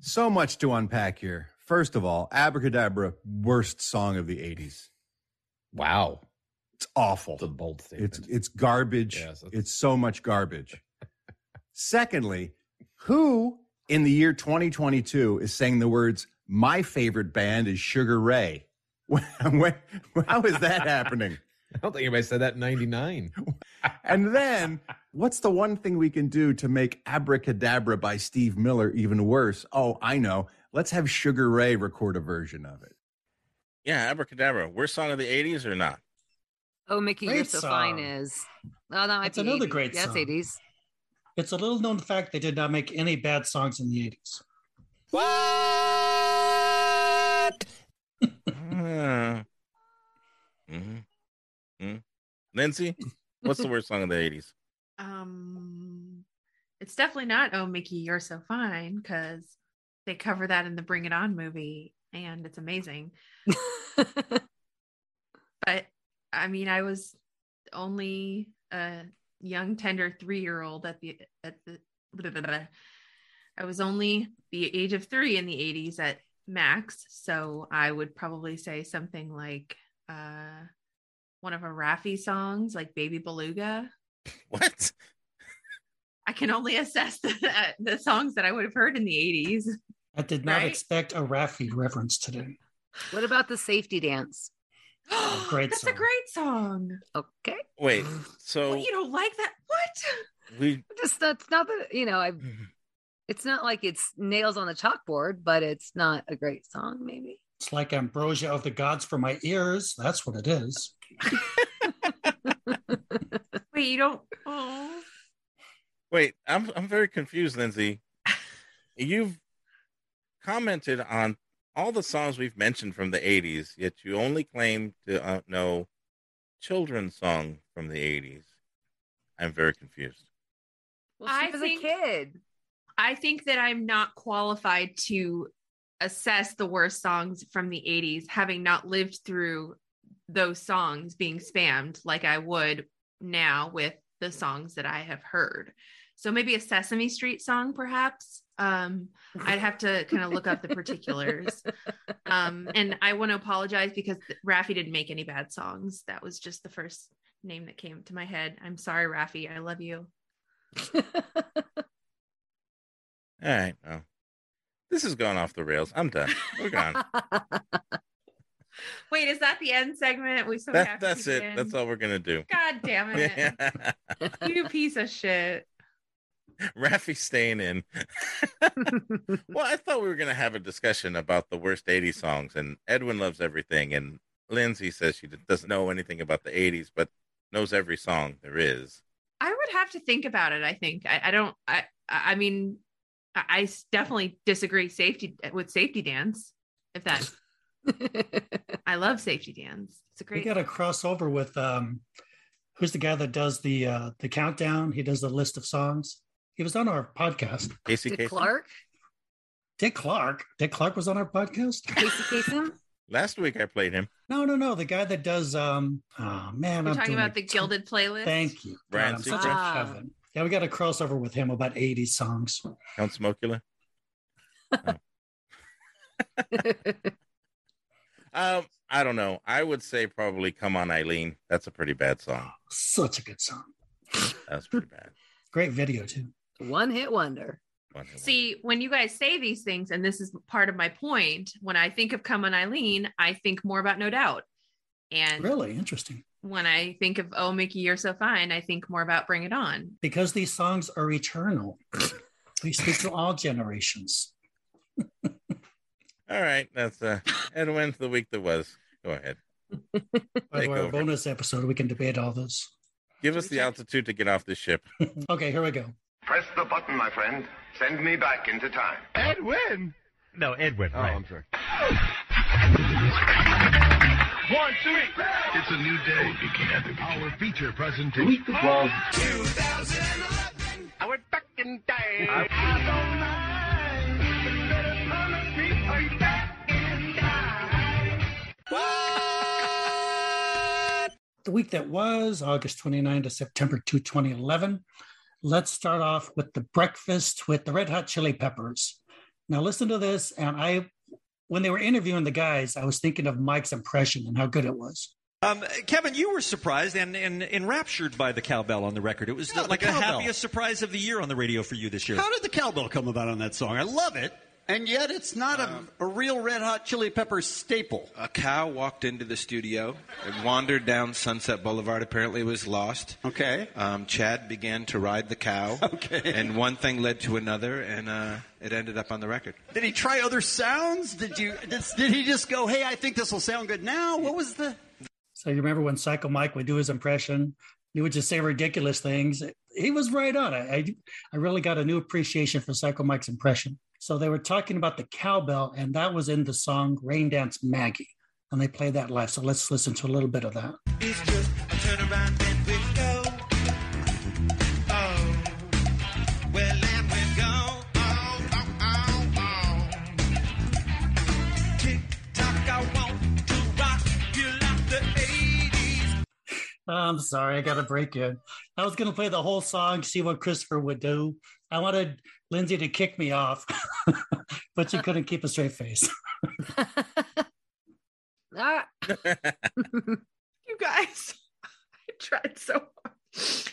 Speaker 16: So much to unpack here. First of all, Abracadabra, worst song of the 80s. Wow. It's awful. It's a bold statement. It's, it's garbage. it's so much garbage. Secondly, who in the year 2022 is saying the words, my favorite band is Sugar Ray? When, when, how is that happening? I don't think anybody said that in 99. and then, what's the one thing we can do to make Abracadabra by Steve Miller even worse? Oh, I know. Let's have Sugar Ray record a version of it.
Speaker 5: Yeah, Abracadabra. Worst song of the 80s or not?
Speaker 8: Oh, Mickey,
Speaker 10: Great
Speaker 8: you're so fine
Speaker 10: song.
Speaker 8: is. Oh, that might
Speaker 10: That's
Speaker 8: be
Speaker 10: another
Speaker 8: 80s.
Speaker 10: great
Speaker 8: Yes,
Speaker 10: song.
Speaker 8: 80s.
Speaker 10: It's a little known fact they did not make any bad songs in the 80s.
Speaker 5: Uh, mhm. Mhm. Lindsay, what's the worst song of the 80s?
Speaker 7: Um it's definitely not Oh Mickey, You're So Fine, because they cover that in the Bring It On movie and it's amazing. but I mean I was only a young tender three year old at the at the blah, blah, blah. I was only the age of three in the 80s at max. So I would probably say something like uh one of a Raffi songs, like Baby Beluga.
Speaker 5: What?
Speaker 7: I can only assess the, the songs that I would have heard in the 80s.
Speaker 10: I did not
Speaker 7: Right?
Speaker 10: expect a Raffi reference today.
Speaker 8: What about the safety dance?
Speaker 10: Great
Speaker 7: That's a great song.
Speaker 8: Okay.
Speaker 5: Wait, so
Speaker 7: You don't like that? What?
Speaker 5: we
Speaker 8: Just that's not that you know I.
Speaker 10: Mm-hmm.
Speaker 8: It's not like it's nails on the chalkboard, but it's not a great song. Maybe
Speaker 10: It's like ambrosia of the gods for my ears. That's what it is.
Speaker 7: Wait, you don't? Oh.
Speaker 5: Wait, I'm I'm very confused, Lindsay. You've commented on all the songs we've mentioned from the 80s, yet you only claim to uh, know children's song from the 80s. I'm very confused.
Speaker 7: I was a kid. I think that I'm not qualified to assess the worst songs from the 80s, having not lived through those songs being spammed like I would now with the songs that I have heard. So maybe a Sesame Street song, perhaps. Um, I'd have to kind of look up the particulars. Um, and I want to apologize because Rafi didn't make any bad songs. That was just the first name that came to my head. I'm sorry, Rafi. I love you.
Speaker 5: All right, well, this has gone off the rails. I'm done. We're gone.
Speaker 7: Wait, is that the end segment? We so
Speaker 5: That-
Speaker 7: have to
Speaker 5: that's
Speaker 7: keep
Speaker 5: it.
Speaker 7: in.
Speaker 5: That's all we're gonna do.
Speaker 7: God damn it. you piece of shit.
Speaker 5: Raffy's staying in. well, I thought we were going to have a discussion about the worst 80s songs, and Edwin loves everything, and Lindsay says she doesn't know anything about the 80s, but knows every song there is.
Speaker 7: I would have to think about it. I think I, I don't. I I mean, I, I s- definitely disagree safety with safety dance. If that, I love safety dance. It's a
Speaker 10: We
Speaker 7: great.
Speaker 10: got a crossover with um, who's the guy that does the uh, the countdown? He does the list of songs. He was on our podcast.
Speaker 5: Casey
Speaker 8: Dick Clark,
Speaker 10: Dick Clark. Dick Clark was on our podcast.
Speaker 8: Casey Kasem.
Speaker 5: Last week I played him.
Speaker 10: No, no, no. The guy that does. um Oh man,
Speaker 7: We're
Speaker 10: I'm
Speaker 7: talking
Speaker 10: doing
Speaker 7: about
Speaker 10: it.
Speaker 7: the gilded playlist.
Speaker 10: Thank you, God,
Speaker 5: Brand
Speaker 10: I'm such a
Speaker 7: Secret.
Speaker 10: heaven. Yeah, we got a crossover with him about 80 songs.
Speaker 5: Count Smokula. Um, I don't know. I would say probably Come On Eileen. That's a pretty bad song.
Speaker 10: Such a good song.
Speaker 5: That's pretty bad.
Speaker 10: Great video too.
Speaker 8: One hit wonder.
Speaker 7: See, when you guys say these things, and this is part of my point, when I think of Come on Eileen, I think more about No Doubt. And
Speaker 10: Really interesting.
Speaker 7: when I think of Oh Mickey, You're So Fine, I think more about Bring It On.
Speaker 10: Because these songs are eternal. they speak to all generations.
Speaker 5: All right, that's uh, Edwin's the week that was. Go ahead.
Speaker 10: By the
Speaker 5: Take
Speaker 10: way, our
Speaker 5: over.
Speaker 10: bonus episode, we can debate all those.
Speaker 5: Give us the altitude to get off this ship.
Speaker 10: Okay, here we go.
Speaker 29: Press the button, my friend. Send me back into time.
Speaker 11: Edwin!
Speaker 6: No, Edwin.
Speaker 29: Oh,
Speaker 11: right. I'm
Speaker 29: sorry.
Speaker 11: One, two, three.
Speaker 29: It's a new day begin at the Our feature presentation.
Speaker 11: Meet the Claus.
Speaker 29: 2011. Our fucking day.
Speaker 10: The week that was August 29 to September 2, 2011. Let's start off with the breakfast with the Red Hot Chili Peppers. Now, listen to this. And I, when they were interviewing the guys, I was thinking of Mike's impression and how good it was.
Speaker 6: Um, Kevin, you were surprised and, and enraptured by the cowbell on the record. It was the-
Speaker 3: the
Speaker 6: like the
Speaker 3: cowbell.
Speaker 6: happiest surprise of the year on the radio for you this year.
Speaker 3: How did the cowbell come about on that song? I love it, and yet it's not a, a real Red Hot Chili Peppers staple.
Speaker 30: A cow walked into the studio. It wandered down Sunset Boulevard. Apparently, it was lost.
Speaker 3: Okay.
Speaker 30: Um, Chad began to ride the cow. Okay. And one thing led to another, and uh, it ended up on the record.
Speaker 3: Did he try other sounds? Did you? Did, did he just go, "Hey, I think this will sound good now"? What was the?
Speaker 10: So you remember when Psycho Mike would do his impression? He would just say ridiculous things. He was right on. I, I, I really got a new appreciation for Psycho Mike's impression. So they were talking about the cowbell, and that was in the song Rain Dance Maggie. And they played that live. So let's listen to a little bit of that.
Speaker 11: It's just a turnaround and we go. Oh, well, and we go. Oh, oh, oh, oh. Tick tock, I want to rock you like the 80s.
Speaker 10: I'm sorry, I got to break in. I was going to play the whole song, see what Christopher would do. I wanted Lindsay to kick me off, but she couldn't keep a straight face.
Speaker 8: Ah,
Speaker 7: You guys, I tried so hard.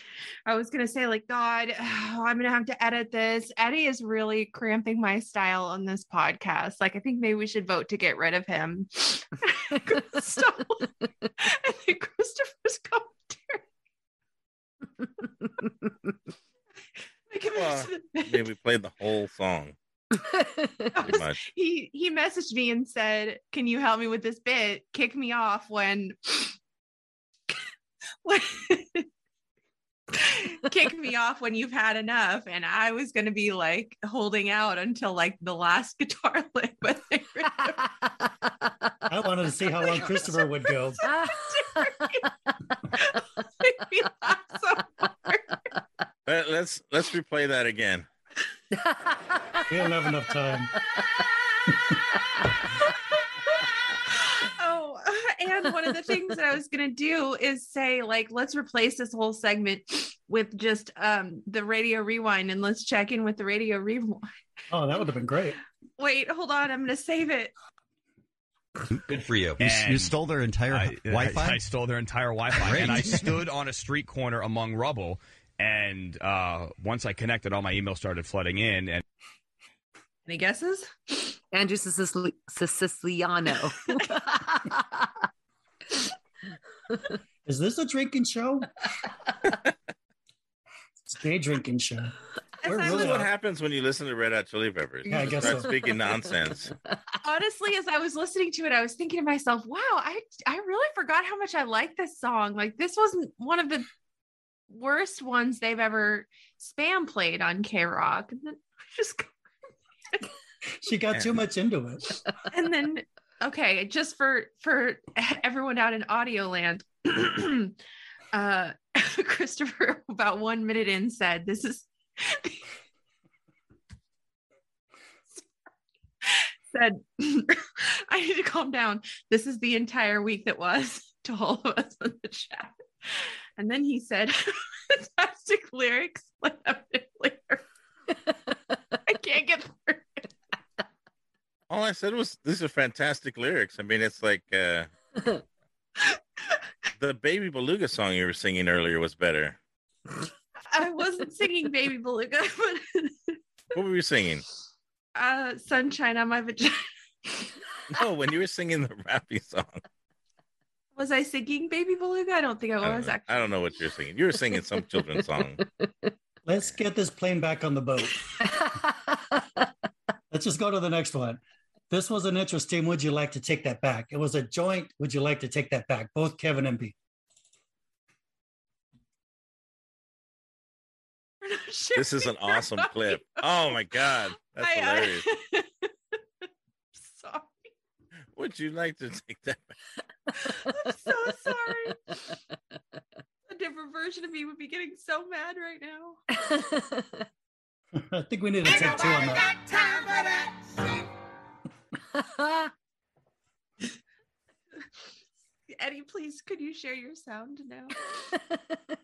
Speaker 7: I was going to say, like, God, I'm going to have to edit this. Eddie is really cramping my style on this podcast. Like, I think maybe we should vote to get rid of him. so, I think Christopher's commentary. Like, it
Speaker 5: Well,
Speaker 7: was-
Speaker 5: yeah, we played the whole song. Pretty much.
Speaker 7: he he messaged me and said, "Can you help me with this bit? Kick me off when, when kick me off when you've had enough." And I was going to be like holding out until like the last guitar lick, but they were-
Speaker 10: I wanted to see how long Christopher would go.
Speaker 5: Let, let's let's replay that again.
Speaker 10: We don't have enough time.
Speaker 7: oh, and one of the things that I was going to do is say like, let's replace this whole segment with just um the radio rewind and let's check in with the radio rewind.
Speaker 10: Oh, that would have been great.
Speaker 7: Wait, hold on, I'm going to save it.
Speaker 3: Good for you.
Speaker 35: You,
Speaker 3: s-
Speaker 35: you stole their entire
Speaker 3: I-
Speaker 35: Wi-Fi.
Speaker 3: I- I
Speaker 35: stole their entire
Speaker 3: Wi-Fi, and I stood on a street corner among rubble. And uh, once I connected, all my emails started flooding in, and
Speaker 7: Any guesses?
Speaker 8: Andrew Sicil- Siciliano.
Speaker 10: Is this a drinking show? it's a gay drinking show. We're
Speaker 5: This is
Speaker 10: really
Speaker 5: what
Speaker 10: out-
Speaker 5: happens when you listen to Red Hot Chili Peppers.
Speaker 10: Yeah, I
Speaker 5: You
Speaker 10: guess
Speaker 5: start
Speaker 10: so.
Speaker 5: speaking nonsense.
Speaker 7: honestly as i was listening to it i was thinking to myself wow i i really forgot how much i like this song like this wasn't one of the worst ones they've ever spam played on k-rock and then just
Speaker 10: She got too much into it.
Speaker 7: and then okay just for for everyone out in audio land uh christopher about one minute in said this is said i need to calm down this is the entire week that was to all of us in the chat and then he said fantastic lyrics like I'm later. i can't get
Speaker 5: All I said was, "These are fantastic lyrics." I mean, it's like uh, the Baby Beluga song you were singing earlier was better.
Speaker 7: I wasn't singing Baby Beluga, but
Speaker 5: What were you singing?
Speaker 7: uh, Sunshine on My Vagina.
Speaker 5: No, when you were singing the rappy song.
Speaker 7: Was I singing Baby Beluga? I don't think I
Speaker 5: I don't,
Speaker 7: was
Speaker 5: know.
Speaker 7: actually.
Speaker 5: I don't know what you're singing. You were singing some children's song.
Speaker 10: Let's get this plane back on the boat. Let's just go to the next one. This was an interesting. Would you like to take that back? It was a joint. Would you like to take that back? Both Kevin and B.
Speaker 5: This is an awesome clip. Oh my god, that's
Speaker 7: I- uh, I-
Speaker 5: hilarious.
Speaker 7: Sorry.
Speaker 5: Would you like to take that back?
Speaker 7: I'm so sorry. A different version of me would be getting so mad right now.
Speaker 10: I think we need to take two on that.
Speaker 7: Eddie, please, could you share your sound now?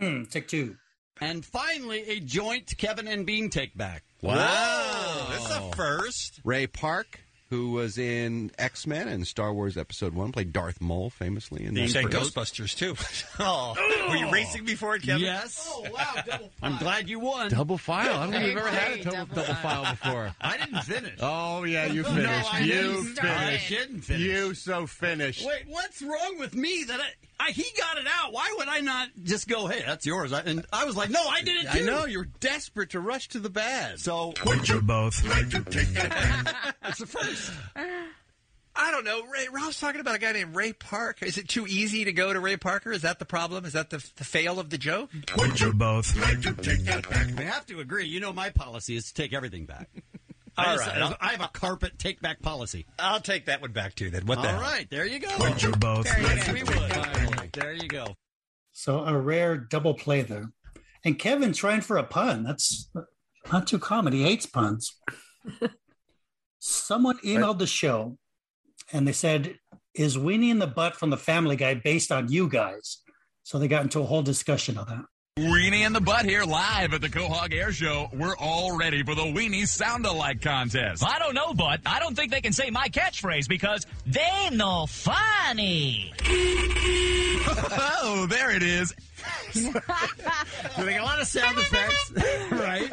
Speaker 10: Mm, take two.
Speaker 13: And finally, a joint Kevin and Bean take back.
Speaker 16: Wow. That's a
Speaker 13: first. Ray Park, who was in X Men and Star Wars Episode One, played Darth Maul famously. In
Speaker 6: You
Speaker 13: that
Speaker 6: sang
Speaker 13: episode.
Speaker 6: Ghostbusters too. oh, were you racing before it, Kevin?
Speaker 13: Yes.
Speaker 6: Oh wow, double
Speaker 13: I'm glad you won. Double file. I don't think we've ever had a
Speaker 6: Hey,
Speaker 13: double,
Speaker 6: double
Speaker 13: double
Speaker 6: file.
Speaker 13: file before.
Speaker 6: I didn't finish.
Speaker 13: Oh yeah, you
Speaker 6: No,
Speaker 13: finished.
Speaker 6: I
Speaker 13: you
Speaker 6: didn't start
Speaker 13: finished.
Speaker 6: it. I didn't finish.
Speaker 13: You so finished. Wait, what's wrong with me that I, I he got it out? Why would I not just go? Hey, that's yours. I, and I was like, no, I did it. I Too. know, you're desperate to rush to the bad. So
Speaker 14: Would you both like to take
Speaker 13: that's the first.
Speaker 6: I don't know. Ray, Ralph's talking about a guy named Ray Parker. Is it too easy to go to Ray Parker? Is that the problem? Is that the, the fail of the joke?
Speaker 14: Would you both like to take that back?
Speaker 13: We have to agree. You know, my policy is to take everything back. I,
Speaker 6: All
Speaker 13: just-
Speaker 6: right, I'll-
Speaker 13: I have a carpet take back policy.
Speaker 6: I'll take that one back too. Then what the
Speaker 13: All
Speaker 6: hell?
Speaker 13: right, there you go.
Speaker 14: Would you both
Speaker 13: Yes, we would. finally. There you go.
Speaker 10: So a rare double play there. And Kevin trying for a pun. That's not too common. He hates puns. Someone emailed the show and they said, Is Weenie in the Butt from the Family Guy based on you guys? So they got into a whole discussion of that.
Speaker 3: Weenie in the Butt here live at the Quahog Air Show. We're all ready for the Weenie Sound Alike Contest.
Speaker 36: I don't know, but I don't think they can say my catchphrase because they no funny.
Speaker 3: oh, there it is.
Speaker 13: They got a lot of sound effects, right?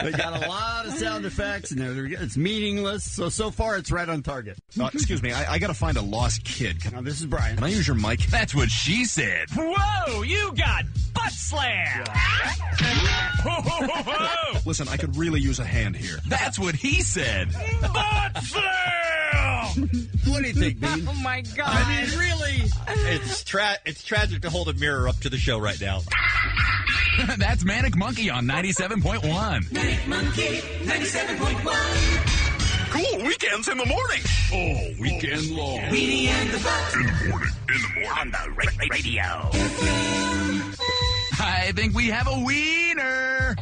Speaker 13: They got a lot of sound effects, and they're, it's meaningless. So so far, it's right on target.
Speaker 3: Uh, excuse me, I, I got to find a lost kid. Can,
Speaker 13: Now this is Brian.
Speaker 3: can I use your mic? That's what she said.
Speaker 36: Whoa, you got butt slam. Ho, ho, ho, ho.
Speaker 3: Listen, I could really use a hand here. That's what he said.
Speaker 36: butt slam.
Speaker 13: What do you think, Bean?
Speaker 36: Oh my god.
Speaker 13: I mean, really?
Speaker 6: It's tra- it's tragic to hold a mirror up to the show right now.
Speaker 3: That's Manic Monkey on 97.1.
Speaker 27: Manic Monkey 97.1. Cool weekends in the morning.
Speaker 3: All weekend long.
Speaker 27: Weenie and the Butt. In the morning. In the morning. On the radio.
Speaker 3: I think we have a wiener.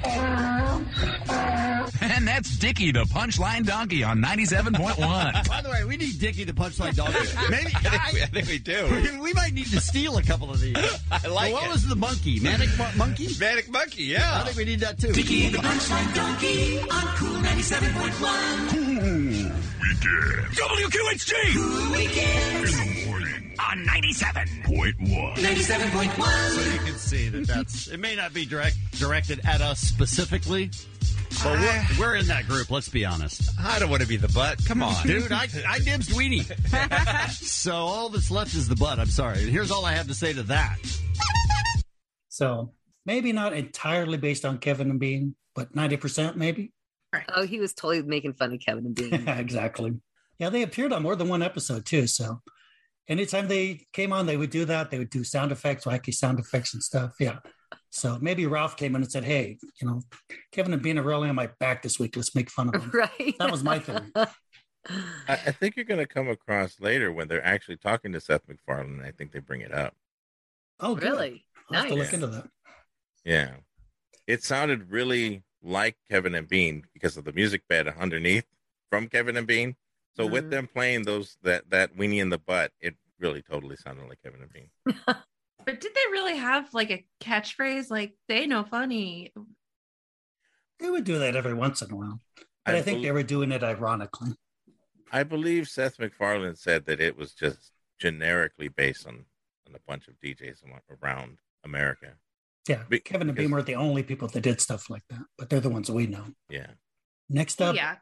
Speaker 3: And that's Dickie the Punchline Donkey on 97.1.
Speaker 13: By the way, we need Dickie the punchline dog. Maybe
Speaker 3: I
Speaker 13: I,
Speaker 3: think we- I think we
Speaker 6: do.
Speaker 13: We might need to steal a couple of these.
Speaker 6: I like
Speaker 13: What
Speaker 6: it.
Speaker 13: was the monkey? Manic mo- monkey?
Speaker 6: Manic Monkey, yeah.
Speaker 13: I think we need that too.
Speaker 27: Dickie and the Punchline Donkey on Cool 97.1. Cool Weekend. WQHD. Cool Weekend. In the morning. On 97.
Speaker 3: Point one.
Speaker 27: 97.1.
Speaker 13: So you can see that that's. It may not be direct directed at us specifically, but we're, we're in that group. Let's be honest.
Speaker 6: Ah. I don't want to be the butt. Come on,
Speaker 13: dude. I I dibs weenie. so all that's left is the butt. I'm sorry. And here's all I have to say to that.
Speaker 10: So maybe not entirely based on Kevin and Bean, but 90% maybe.
Speaker 8: Oh, he was totally making fun of Kevin and Bean.
Speaker 10: exactly. Yeah, they appeared on more than one episode too. So anytime they came on, they would do that. They would do sound effects, wacky sound effects and stuff. Yeah. So maybe Ralph came in and said, Hey, you know, Kevin and Bean are really on my back this week. Let's make fun of them.
Speaker 8: Right.
Speaker 10: That was my theory.
Speaker 5: I, I think you're going to come across later when they're actually talking to Seth MacFarlane. I think they bring it up.
Speaker 10: Oh, good.
Speaker 8: really?
Speaker 10: I'll have to
Speaker 5: Nice.
Speaker 10: look into that.
Speaker 5: Yeah, it sounded really like Kevin and Bean because of the music bed underneath from Kevin and Bean. So
Speaker 7: Mm-hmm.
Speaker 5: with them playing those that that weenie in the butt, it really totally sounded like Kevin and Bean.
Speaker 7: But did they really have like a catchphrase like they no funny?
Speaker 10: They would do that every once in a while. But
Speaker 5: I
Speaker 10: I, think
Speaker 5: bel-
Speaker 10: they were doing it ironically.
Speaker 5: I believe Seth MacFarlane said that it was just generically based on on a bunch of DJs amo- around America.
Speaker 10: Yeah, Kevin and Beamer are the only people that did stuff like that, but they're the ones we know.
Speaker 5: Yeah.
Speaker 10: Next up,
Speaker 7: Yeah.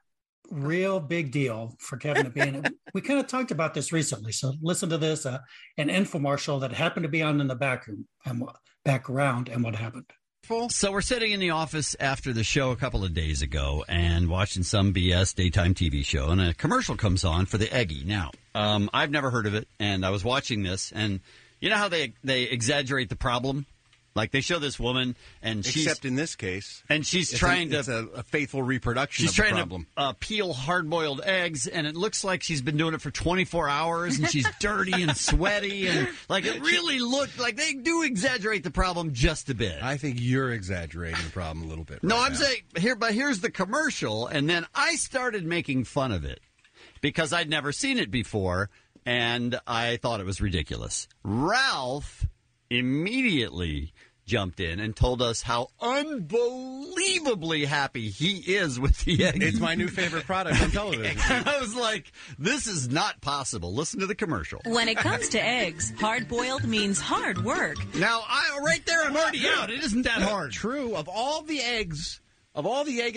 Speaker 10: real big deal for Kevin to be in. it. we kind of talked about this recently, so listen to this: uh, an infomercial that happened to be on in the back room and wha- background, and what happened.
Speaker 13: So we're sitting in the office after the show a couple of days ago and watching some BS daytime TV show, and a commercial comes on for the Eggy. Now, um, I've never heard of it, and I was watching this, and you know how they they exaggerate the problem, like they show this woman and she's
Speaker 16: Except in this case,
Speaker 13: and she's
Speaker 16: it's
Speaker 13: trying
Speaker 16: an-
Speaker 13: to
Speaker 16: it's a, a faithful reproduction.
Speaker 13: She's
Speaker 16: of the
Speaker 13: trying
Speaker 16: problem.
Speaker 13: to uh, peel hard-boiled eggs, and it looks like she's been doing it for 24 hours, and she's dirty and sweaty, and like it really looked like they do exaggerate the problem just a bit.
Speaker 16: I think you're exaggerating the problem a little bit.
Speaker 13: No,
Speaker 16: right
Speaker 13: I'm
Speaker 16: now.
Speaker 13: saying here, but here's the commercial, and then I started making fun of it because I'd never seen it before, and I thought it was ridiculous. Ralph immediately jumped in and told us how unbelievably happy he is with the egg.
Speaker 16: It's my new favorite product on television.
Speaker 13: I was like, this is not possible. Listen to the commercial.
Speaker 29: When it comes to eggs, hard boiled means hard work.
Speaker 13: Now, I right there, I'm already out. It isn't that hard.
Speaker 16: True. Of all the eggs, of all the egg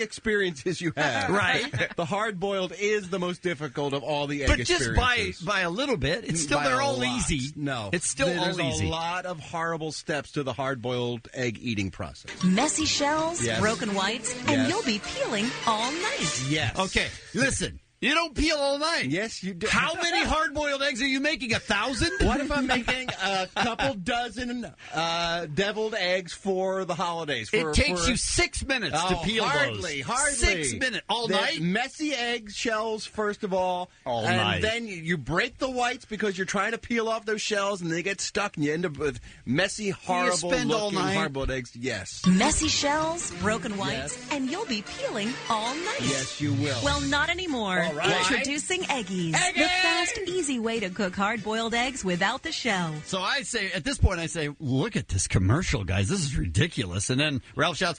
Speaker 16: experiences you have,
Speaker 13: Right.
Speaker 16: the hard boiled is the most difficult of all the egg
Speaker 13: But just by-
Speaker 16: experiences.
Speaker 13: by a little bit, it's still-
Speaker 16: By
Speaker 13: they're
Speaker 16: a
Speaker 13: all
Speaker 16: lot.
Speaker 13: easy.
Speaker 16: No,
Speaker 13: It's still
Speaker 16: there's
Speaker 13: all easy.
Speaker 16: a lot of horrible steps to the hard boiled egg eating process.
Speaker 29: Messy shells,
Speaker 16: Yes.
Speaker 29: broken whites, and
Speaker 16: Yes.
Speaker 29: you'll be peeling all night.
Speaker 16: Yes.
Speaker 13: Okay, listen. You don't peel all night.
Speaker 16: Yes, you do.
Speaker 13: How many hard-boiled eggs are you making? A thousand?
Speaker 16: What if I'm making a couple dozen uh, deviled eggs for the holidays? For,
Speaker 13: It takes
Speaker 16: for-
Speaker 13: you six minutes to
Speaker 16: Oh,
Speaker 13: peel those.
Speaker 16: hardly, Hardly,
Speaker 13: Six minute- all
Speaker 16: They're
Speaker 13: night?
Speaker 16: Messy egg shells first of all,
Speaker 13: All
Speaker 16: and
Speaker 13: night.
Speaker 16: then you, you break the whites because you're trying to peel off those shells, and they get stuck, and you end up with messy, horrible
Speaker 29: spend all
Speaker 16: looking
Speaker 29: night?
Speaker 16: hard-boiled eggs. Yes,
Speaker 29: Messy shells, broken whites, and you'll be peeling all night.
Speaker 16: yes, you will.
Speaker 29: Well, not anymore.
Speaker 16: All right.
Speaker 29: Introducing Eggies, the fast, easy way to cook hard-boiled eggs without the shell.
Speaker 13: So I say, at this point, I say, look at this commercial, guys. This is ridiculous. And then Ralph shouts,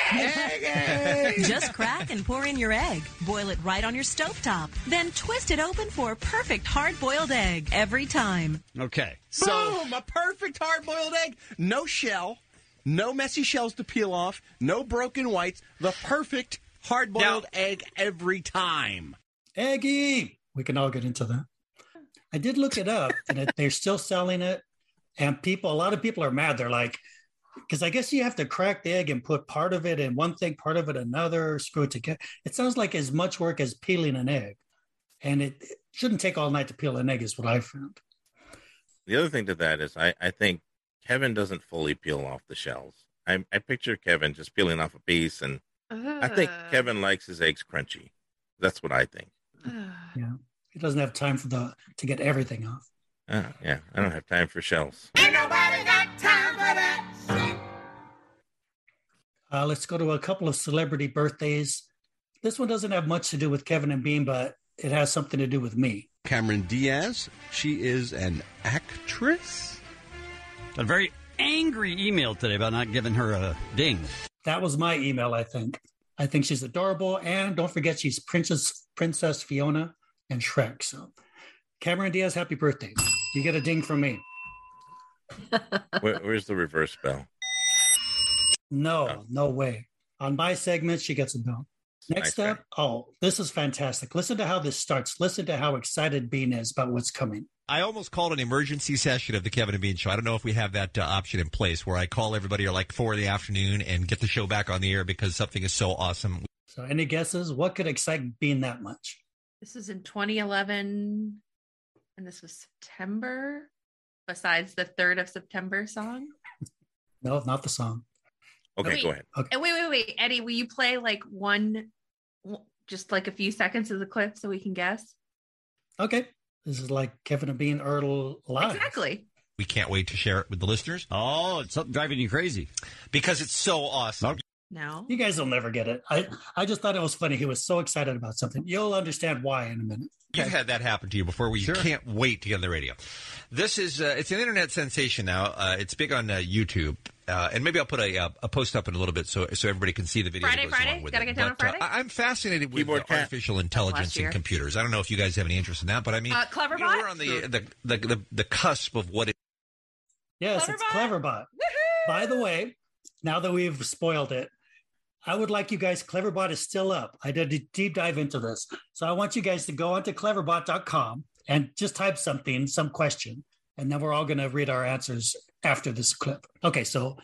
Speaker 29: Just crack and pour in your egg. Boil it right on your stovetop. Then twist it open for a perfect hard-boiled egg every time.
Speaker 13: Okay.
Speaker 16: boom, a perfect hard-boiled egg, no shell, no messy shells to peel off, no broken whites, the perfect hard-boiled egg every time.
Speaker 10: Eggy. We can all get into that. I did look it up, and it, they're still selling it. And people, a lot of people are mad. They're like, because I guess you have to crack the egg and put part of it in one thing, part of it another, screw it together. It sounds like as much work as peeling an egg, and it, it shouldn't take all night to peel an egg, is what I found.
Speaker 5: The other thing to that is, I, I think Kevin doesn't fully peel off the shells. I, I picture Kevin just peeling off a piece, and I think
Speaker 10: Ugh.
Speaker 5: Kevin likes his eggs crunchy. That's what I think.
Speaker 10: Yeah, he doesn't have time for the to get everything off.
Speaker 5: Uh, yeah, I don't have time for shells.
Speaker 10: Uh, let's go to a couple of celebrity birthdays. This one doesn't have much to do with Kevin and Bean, but it has something to do with me.
Speaker 16: Cameron Diaz. She is an actress.
Speaker 13: A very angry email today about not giving her a ding.
Speaker 10: That was my email, I think. I think she's adorable. And don't forget, she's Princess Princess Fiona and Shrek. So, Cameron Diaz, happy birthday. You get a ding from me.
Speaker 5: Where, where's the reverse bell?
Speaker 10: No, no way. On my segment, she gets a bell. Next up, oh, this is fantastic. Listen to how this starts. Listen to how excited Bean is about what's coming.
Speaker 16: I almost called an emergency
Speaker 13: session
Speaker 16: of the Kevin and Bean Show. I don't know if we have that uh, option in place where I call everybody at like four in the afternoon and get the show back on the air because something is so awesome.
Speaker 10: So, any guesses? What could excite Bean that much?
Speaker 7: This is in 2011, and this was September. Besides the third of September song.
Speaker 10: No, not the song.
Speaker 5: Okay, go ahead.
Speaker 7: Uh, Wait, wait, wait, Eddie. Will you play like one, w- just like a few seconds of the clip so we can guess?
Speaker 10: Okay. This is like Kevin and Bean Ertl live.
Speaker 7: Exactly.
Speaker 16: We can't wait to share it with the listeners.
Speaker 13: Oh, it's something driving you crazy.
Speaker 16: Because it's so awesome.
Speaker 7: No.
Speaker 10: You guys will never get it. I, I just thought it was funny. He was so excited about something. You'll understand why in a minute.
Speaker 16: You've had that happen to you before where you can't wait to get on the radio. This is uh, it's an internet sensation now. Uh, it's big on uh, YouTube. Uh, and maybe I'll put a, uh, a post up in a little bit so so everybody can see the video.
Speaker 7: Friday,
Speaker 16: that goes along
Speaker 7: Friday?
Speaker 16: with
Speaker 7: Gotta
Speaker 16: it.
Speaker 7: get down on
Speaker 16: But, uh,
Speaker 7: Friday?
Speaker 16: I- I'm fascinated with uh, artificial intelligence
Speaker 7: last
Speaker 16: and
Speaker 7: year.
Speaker 16: computers. I don't know if you guys have any interest in that, but I mean,
Speaker 7: Uh, Cleverbot?
Speaker 16: you know, we're on the, the, the, the the cusp of what it
Speaker 10: Yes, it's Cleverbot. By the way, now that we've spoiled it, I would like you guys, Cleverbot is still up. I did a deep dive into this. So I want you guys to go onto cleverbot.com and just type something, some question, and then we're all going to read our answers after this clip. Okay, so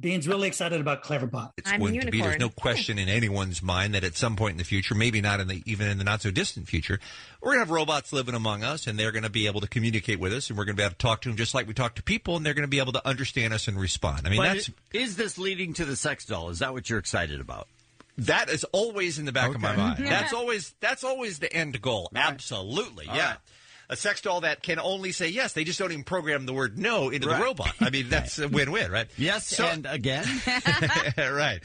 Speaker 10: Dean's really excited about Cleverbot.
Speaker 6: going to be. There's no question in anyone's mind that at some point in the future, maybe not in the even in the not so distant future, we're going to have robots living among us, and they're going to be able to communicate with us, and we're going to be able to talk to them just like we talk to people, and they're going to be able to understand us and respond. I mean,
Speaker 31: But
Speaker 6: that's
Speaker 31: i- is this leading to the sex doll? Is that what you're excited about? Mm-hmm.
Speaker 6: that is always in the back of my mind.
Speaker 31: Yeah.
Speaker 6: That's always that's always the end goal. Absolutely, yeah. A sex doll that can only say yes. They just don't even program the word no into
Speaker 31: Right.
Speaker 6: the robot. I mean, that's a win-win, right?
Speaker 31: Yes, and again.
Speaker 6: right.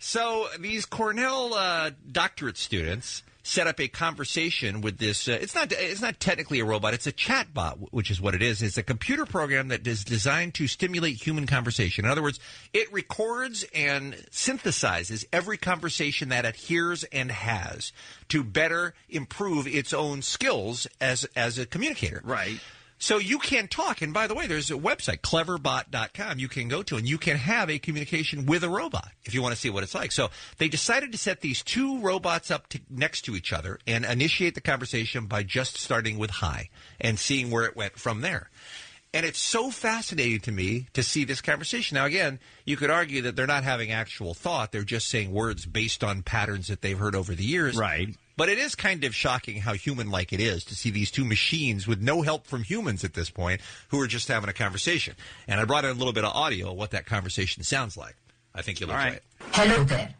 Speaker 6: So these Cornell uh, doctorate students set up a conversation with this. Uh, it's not. It's not technically a robot. It's a chat bot, which is what it is. It's a computer program that is designed to stimulate human conversation. In other words, it records and synthesizes every conversation that it hears and has to better improve its own skills as as a communicator. Right. So you can talk. And by the way, there's a website, cleverbot.com, you can go to, and you can have a communication with a robot if you want to see what it's like. So they decided to set these two robots up to, next to each other and initiate the conversation by just starting with hi and seeing where it went from there. And it's so fascinating to me to see this conversation. Now, again, you could argue that they're not having actual thought. They're just saying words based on patterns that they've heard over the years. Right. But it is kind of shocking how human like it is to see these two machines with no help from humans at this point who are just having a conversation. And I brought in a little bit of audio of what that conversation sounds like. I think you'll enjoy it.
Speaker 13: Hello there.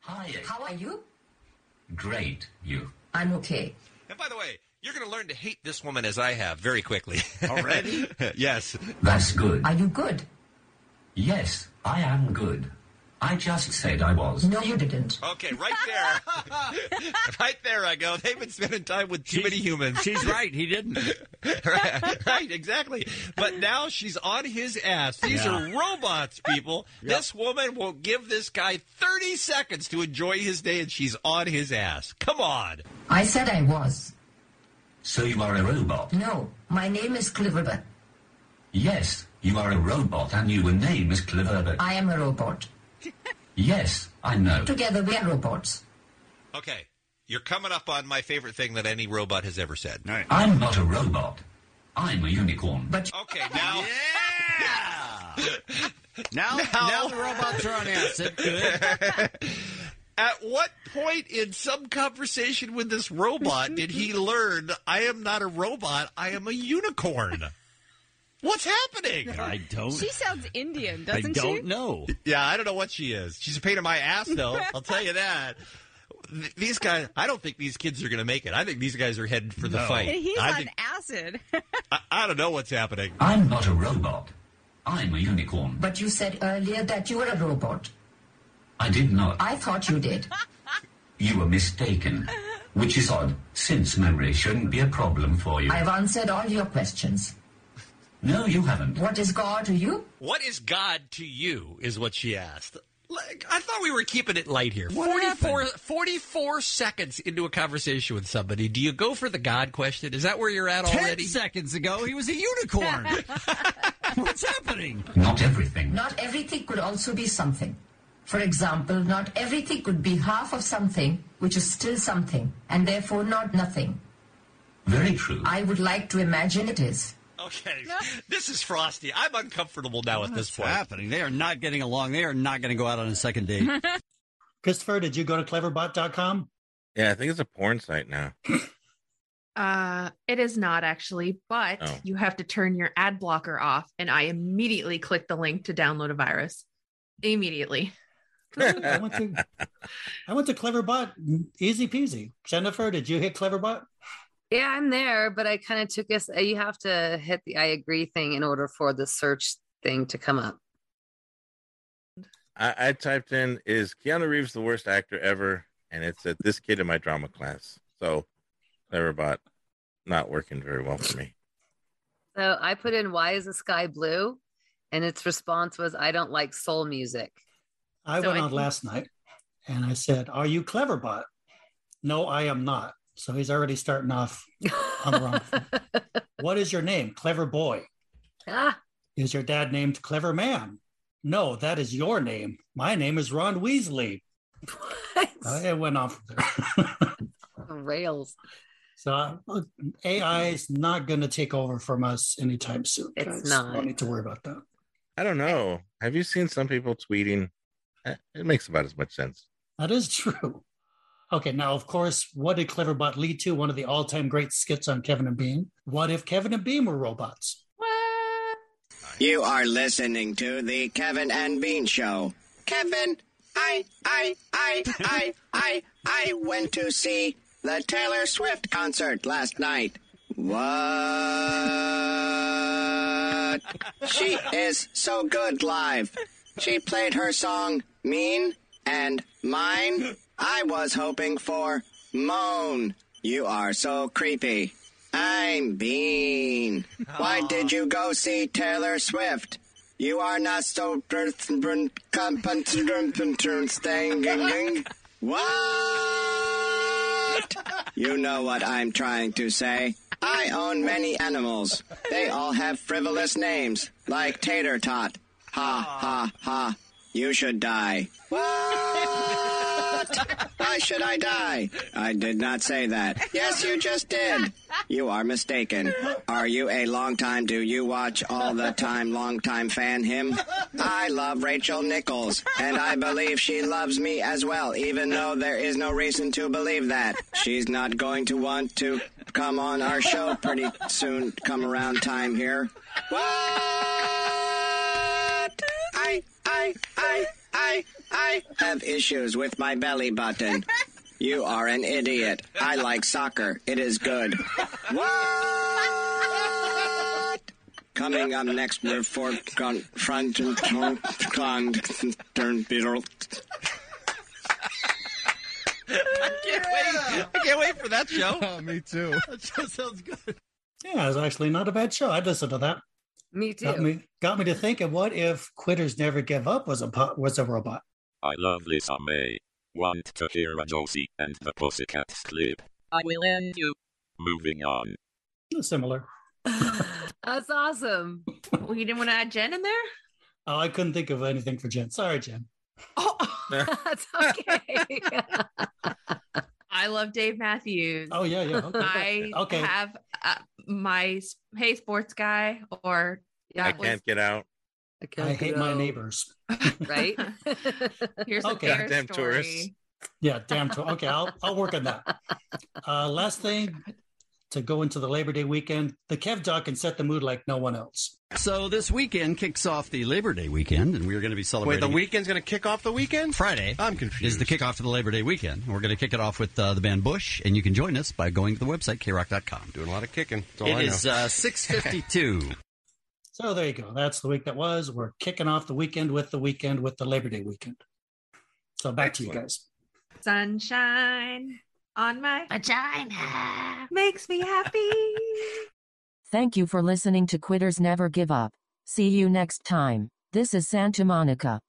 Speaker 6: Hi.
Speaker 13: How are you?
Speaker 6: Great. You.
Speaker 13: I'm okay.
Speaker 6: And by the way, you're going to learn to hate this woman as I have very quickly. Already? yes.
Speaker 13: That's good. Are you good?
Speaker 2: Yes, I am good. I just said I was.
Speaker 13: No, you didn't.
Speaker 6: Okay, right there. right there I go. They've been spending time with too many humans.
Speaker 31: she's right. He didn't.
Speaker 6: right, right, exactly. But now she's on his ass. These
Speaker 31: Yeah.
Speaker 6: are robots, people. This woman will give this guy 30 seconds to enjoy his day, and she's on his ass. Come on.
Speaker 13: I said I was.
Speaker 2: So you are a robot.
Speaker 13: No, my name is Cliverbert.
Speaker 2: Yes, you are a robot and your name is Cleverbert.
Speaker 13: I am a robot.
Speaker 2: Yes, I know.
Speaker 13: Together we are robots.
Speaker 6: Okay, you're coming up on my favorite thing that any robot has ever said.
Speaker 2: I'm not a robot. I'm a unicorn.
Speaker 13: But
Speaker 6: okay, now.
Speaker 31: Now,
Speaker 2: Now-
Speaker 31: now, the robots are on acid. Good.
Speaker 6: At what point in some conversation with this robot did he learn I am not a robot, I am a unicorn? What's happening? I don't
Speaker 25: She sounds Indian, doesn't she?
Speaker 6: know. Yeah, I don't know what she is. She's a pain in my ass, though. I'll tell you that. Th- These guys, I don't think these kids are going to make it. I think these guys are headed for the fight.
Speaker 25: He's
Speaker 6: I,
Speaker 25: on
Speaker 6: think-
Speaker 25: acid.
Speaker 6: I, I don't know what's happening.
Speaker 2: I'm not a robot. I'm a unicorn.
Speaker 13: But you said earlier that you were a robot.
Speaker 2: I did not.
Speaker 13: I thought you did.
Speaker 2: You were mistaken. Which is odd, since memory shouldn't be a problem for you.
Speaker 13: I've answered all your questions.
Speaker 2: No, you haven't.
Speaker 13: What is God to you?
Speaker 6: What is God to you? Is what she asked. Like, I thought we were keeping it light here. 44, 44 seconds into a conversation with somebody, do you go for the God question? Is that where you're at
Speaker 31: Ten
Speaker 6: already?
Speaker 31: seconds ago, he was a unicorn. What's happening?
Speaker 2: Not everything.
Speaker 13: Not everything could also be something. For example, not everything could be half of something, which is still something, and therefore not nothing.
Speaker 2: Very true.
Speaker 13: I would like to imagine it is.
Speaker 6: Okay, this is frosty. I'm uncomfortable now at this
Speaker 31: What's happening? They are not getting along. They are not going to go out on a second date.
Speaker 10: Christopher, did you go to cleverbot.com?
Speaker 5: Yeah, I think it's a porn site now.
Speaker 7: Uh, it is not actually, but
Speaker 5: Oh.
Speaker 7: you have to turn your ad blocker off. And I immediately clicked the link to download a virus. Immediately.
Speaker 10: I went to I went to Cleverbot, easy peasy. Jennifer, did you hit Cleverbot?
Speaker 8: Yeah, I'm there, but I kind of took us. You have to hit the I agree thing in order for the search thing to come up.
Speaker 5: I, I typed in is Keanu Reeves the worst actor ever, and it said this kid in my drama class. So, Cleverbot, not working very well for me.
Speaker 8: So I put in "Why is the sky blue?" and its response was, "I don't like soul music."
Speaker 10: I
Speaker 8: So
Speaker 10: went
Speaker 8: I
Speaker 10: on
Speaker 8: think-
Speaker 10: last night and I said, Are you Cleverbot? No, I am not. So he's already starting off on the wrong foot. What is your name? Clever Boy.
Speaker 8: Ah,
Speaker 10: Is your dad named Clever Man? No, that is your name. My name is Ron Weasley. Uh, it went off
Speaker 8: Rails.
Speaker 10: So uh, AI is not going to take over from us anytime soon.
Speaker 8: It's
Speaker 10: guys.
Speaker 8: not.
Speaker 10: We don't need to worry about that.
Speaker 5: I don't know. Have you seen some people tweeting? Eh, It makes about as much sense.
Speaker 10: That is true. Okay, now of course, what did Cleverbot lead to? One of the all-time great skits on Kevin and Bean. What if Kevin and Bean were robots?
Speaker 19: You are listening to the Kevin and Bean Show. Kevin, I, I, I, I, I, I went to see the Taylor Swift concert last night. What? She is so good live. She played her song Mean and Mine. I was hoping for Moan. You are so creepy. I'm Bean. Why did you go see Taylor Swift? You are not so compensating. What? You know what I'm trying to say. I own many animals. They all have frivolous names, like Tater Tot. Ha ha ha. You should die. What? Why should I die? I did not say that. Yes, you just did. You are mistaken. Are you a long time do you watch all the time long time fan him? I love Rachel Nichols, and I believe she loves me as well, even though there is no reason to believe that. She's not going to want to come on our show pretty soon, come around time here. What? I, I, I, I, I have issues with my belly button. You are an idiot. I like soccer. It is good. What? Coming up next, we're for con- front and con- con- turn beetle.
Speaker 6: I can't wait. I can't wait for that show.
Speaker 5: Oh,
Speaker 16: me too.
Speaker 6: that show sounds good.
Speaker 10: Yeah, it's actually not a bad show. I'd listen to that.
Speaker 8: Me too.
Speaker 10: Got me, got me to thinking. What if Quitters Never Give Up was a po- was a robot?
Speaker 21: I love Lisa May. Want to hear a Josie and the Pussycats clip?
Speaker 8: I will end you.
Speaker 21: Moving on.
Speaker 10: Similar.
Speaker 8: That's awesome.
Speaker 7: well, you didn't want to add Jen in there?
Speaker 10: Oh, I couldn't think of anything for Jen. Sorry, Jen.
Speaker 8: That's okay.
Speaker 7: I love Dave Matthews.
Speaker 10: Oh, yeah, yeah, okay.
Speaker 7: I
Speaker 10: Okay.
Speaker 7: have uh, my s- hey sports guy or uh,
Speaker 5: I can't get out.
Speaker 10: I, hate my neighbors.
Speaker 8: right.
Speaker 7: Here's
Speaker 10: Okay.
Speaker 7: a fair
Speaker 5: Goddamn
Speaker 7: story.
Speaker 5: tourists.
Speaker 10: Yeah, damn. to- okay, I'll I'll work on that. Uh, last thing to go into the Labor Day weekend, the Kev Doc can set the mood like no one else.
Speaker 31: So this weekend kicks off the Labor Day weekend, and we're going to be
Speaker 16: Wait,
Speaker 31: celebrating.
Speaker 16: the weekend's going to kick off the weekend?
Speaker 31: Friday.
Speaker 16: I'm confused.
Speaker 31: is the kickoff to the Labor Day weekend. We're going to kick it off with uh, the band Bush, and you can join us by going to the website krock.com.
Speaker 16: Doing a lot of kicking. That's all
Speaker 31: It
Speaker 16: I
Speaker 31: is
Speaker 16: know.
Speaker 31: uh, six fifty two.
Speaker 10: So there you go. That's the week that was. We're kicking off the weekend with the weekend with the Labor Day weekend. So back to you guys.
Speaker 7: Sunshine on my vagina makes me happy.
Speaker 34: Thank you for listening to Quitters Never Give Up. See you next time. This is Santa Monica.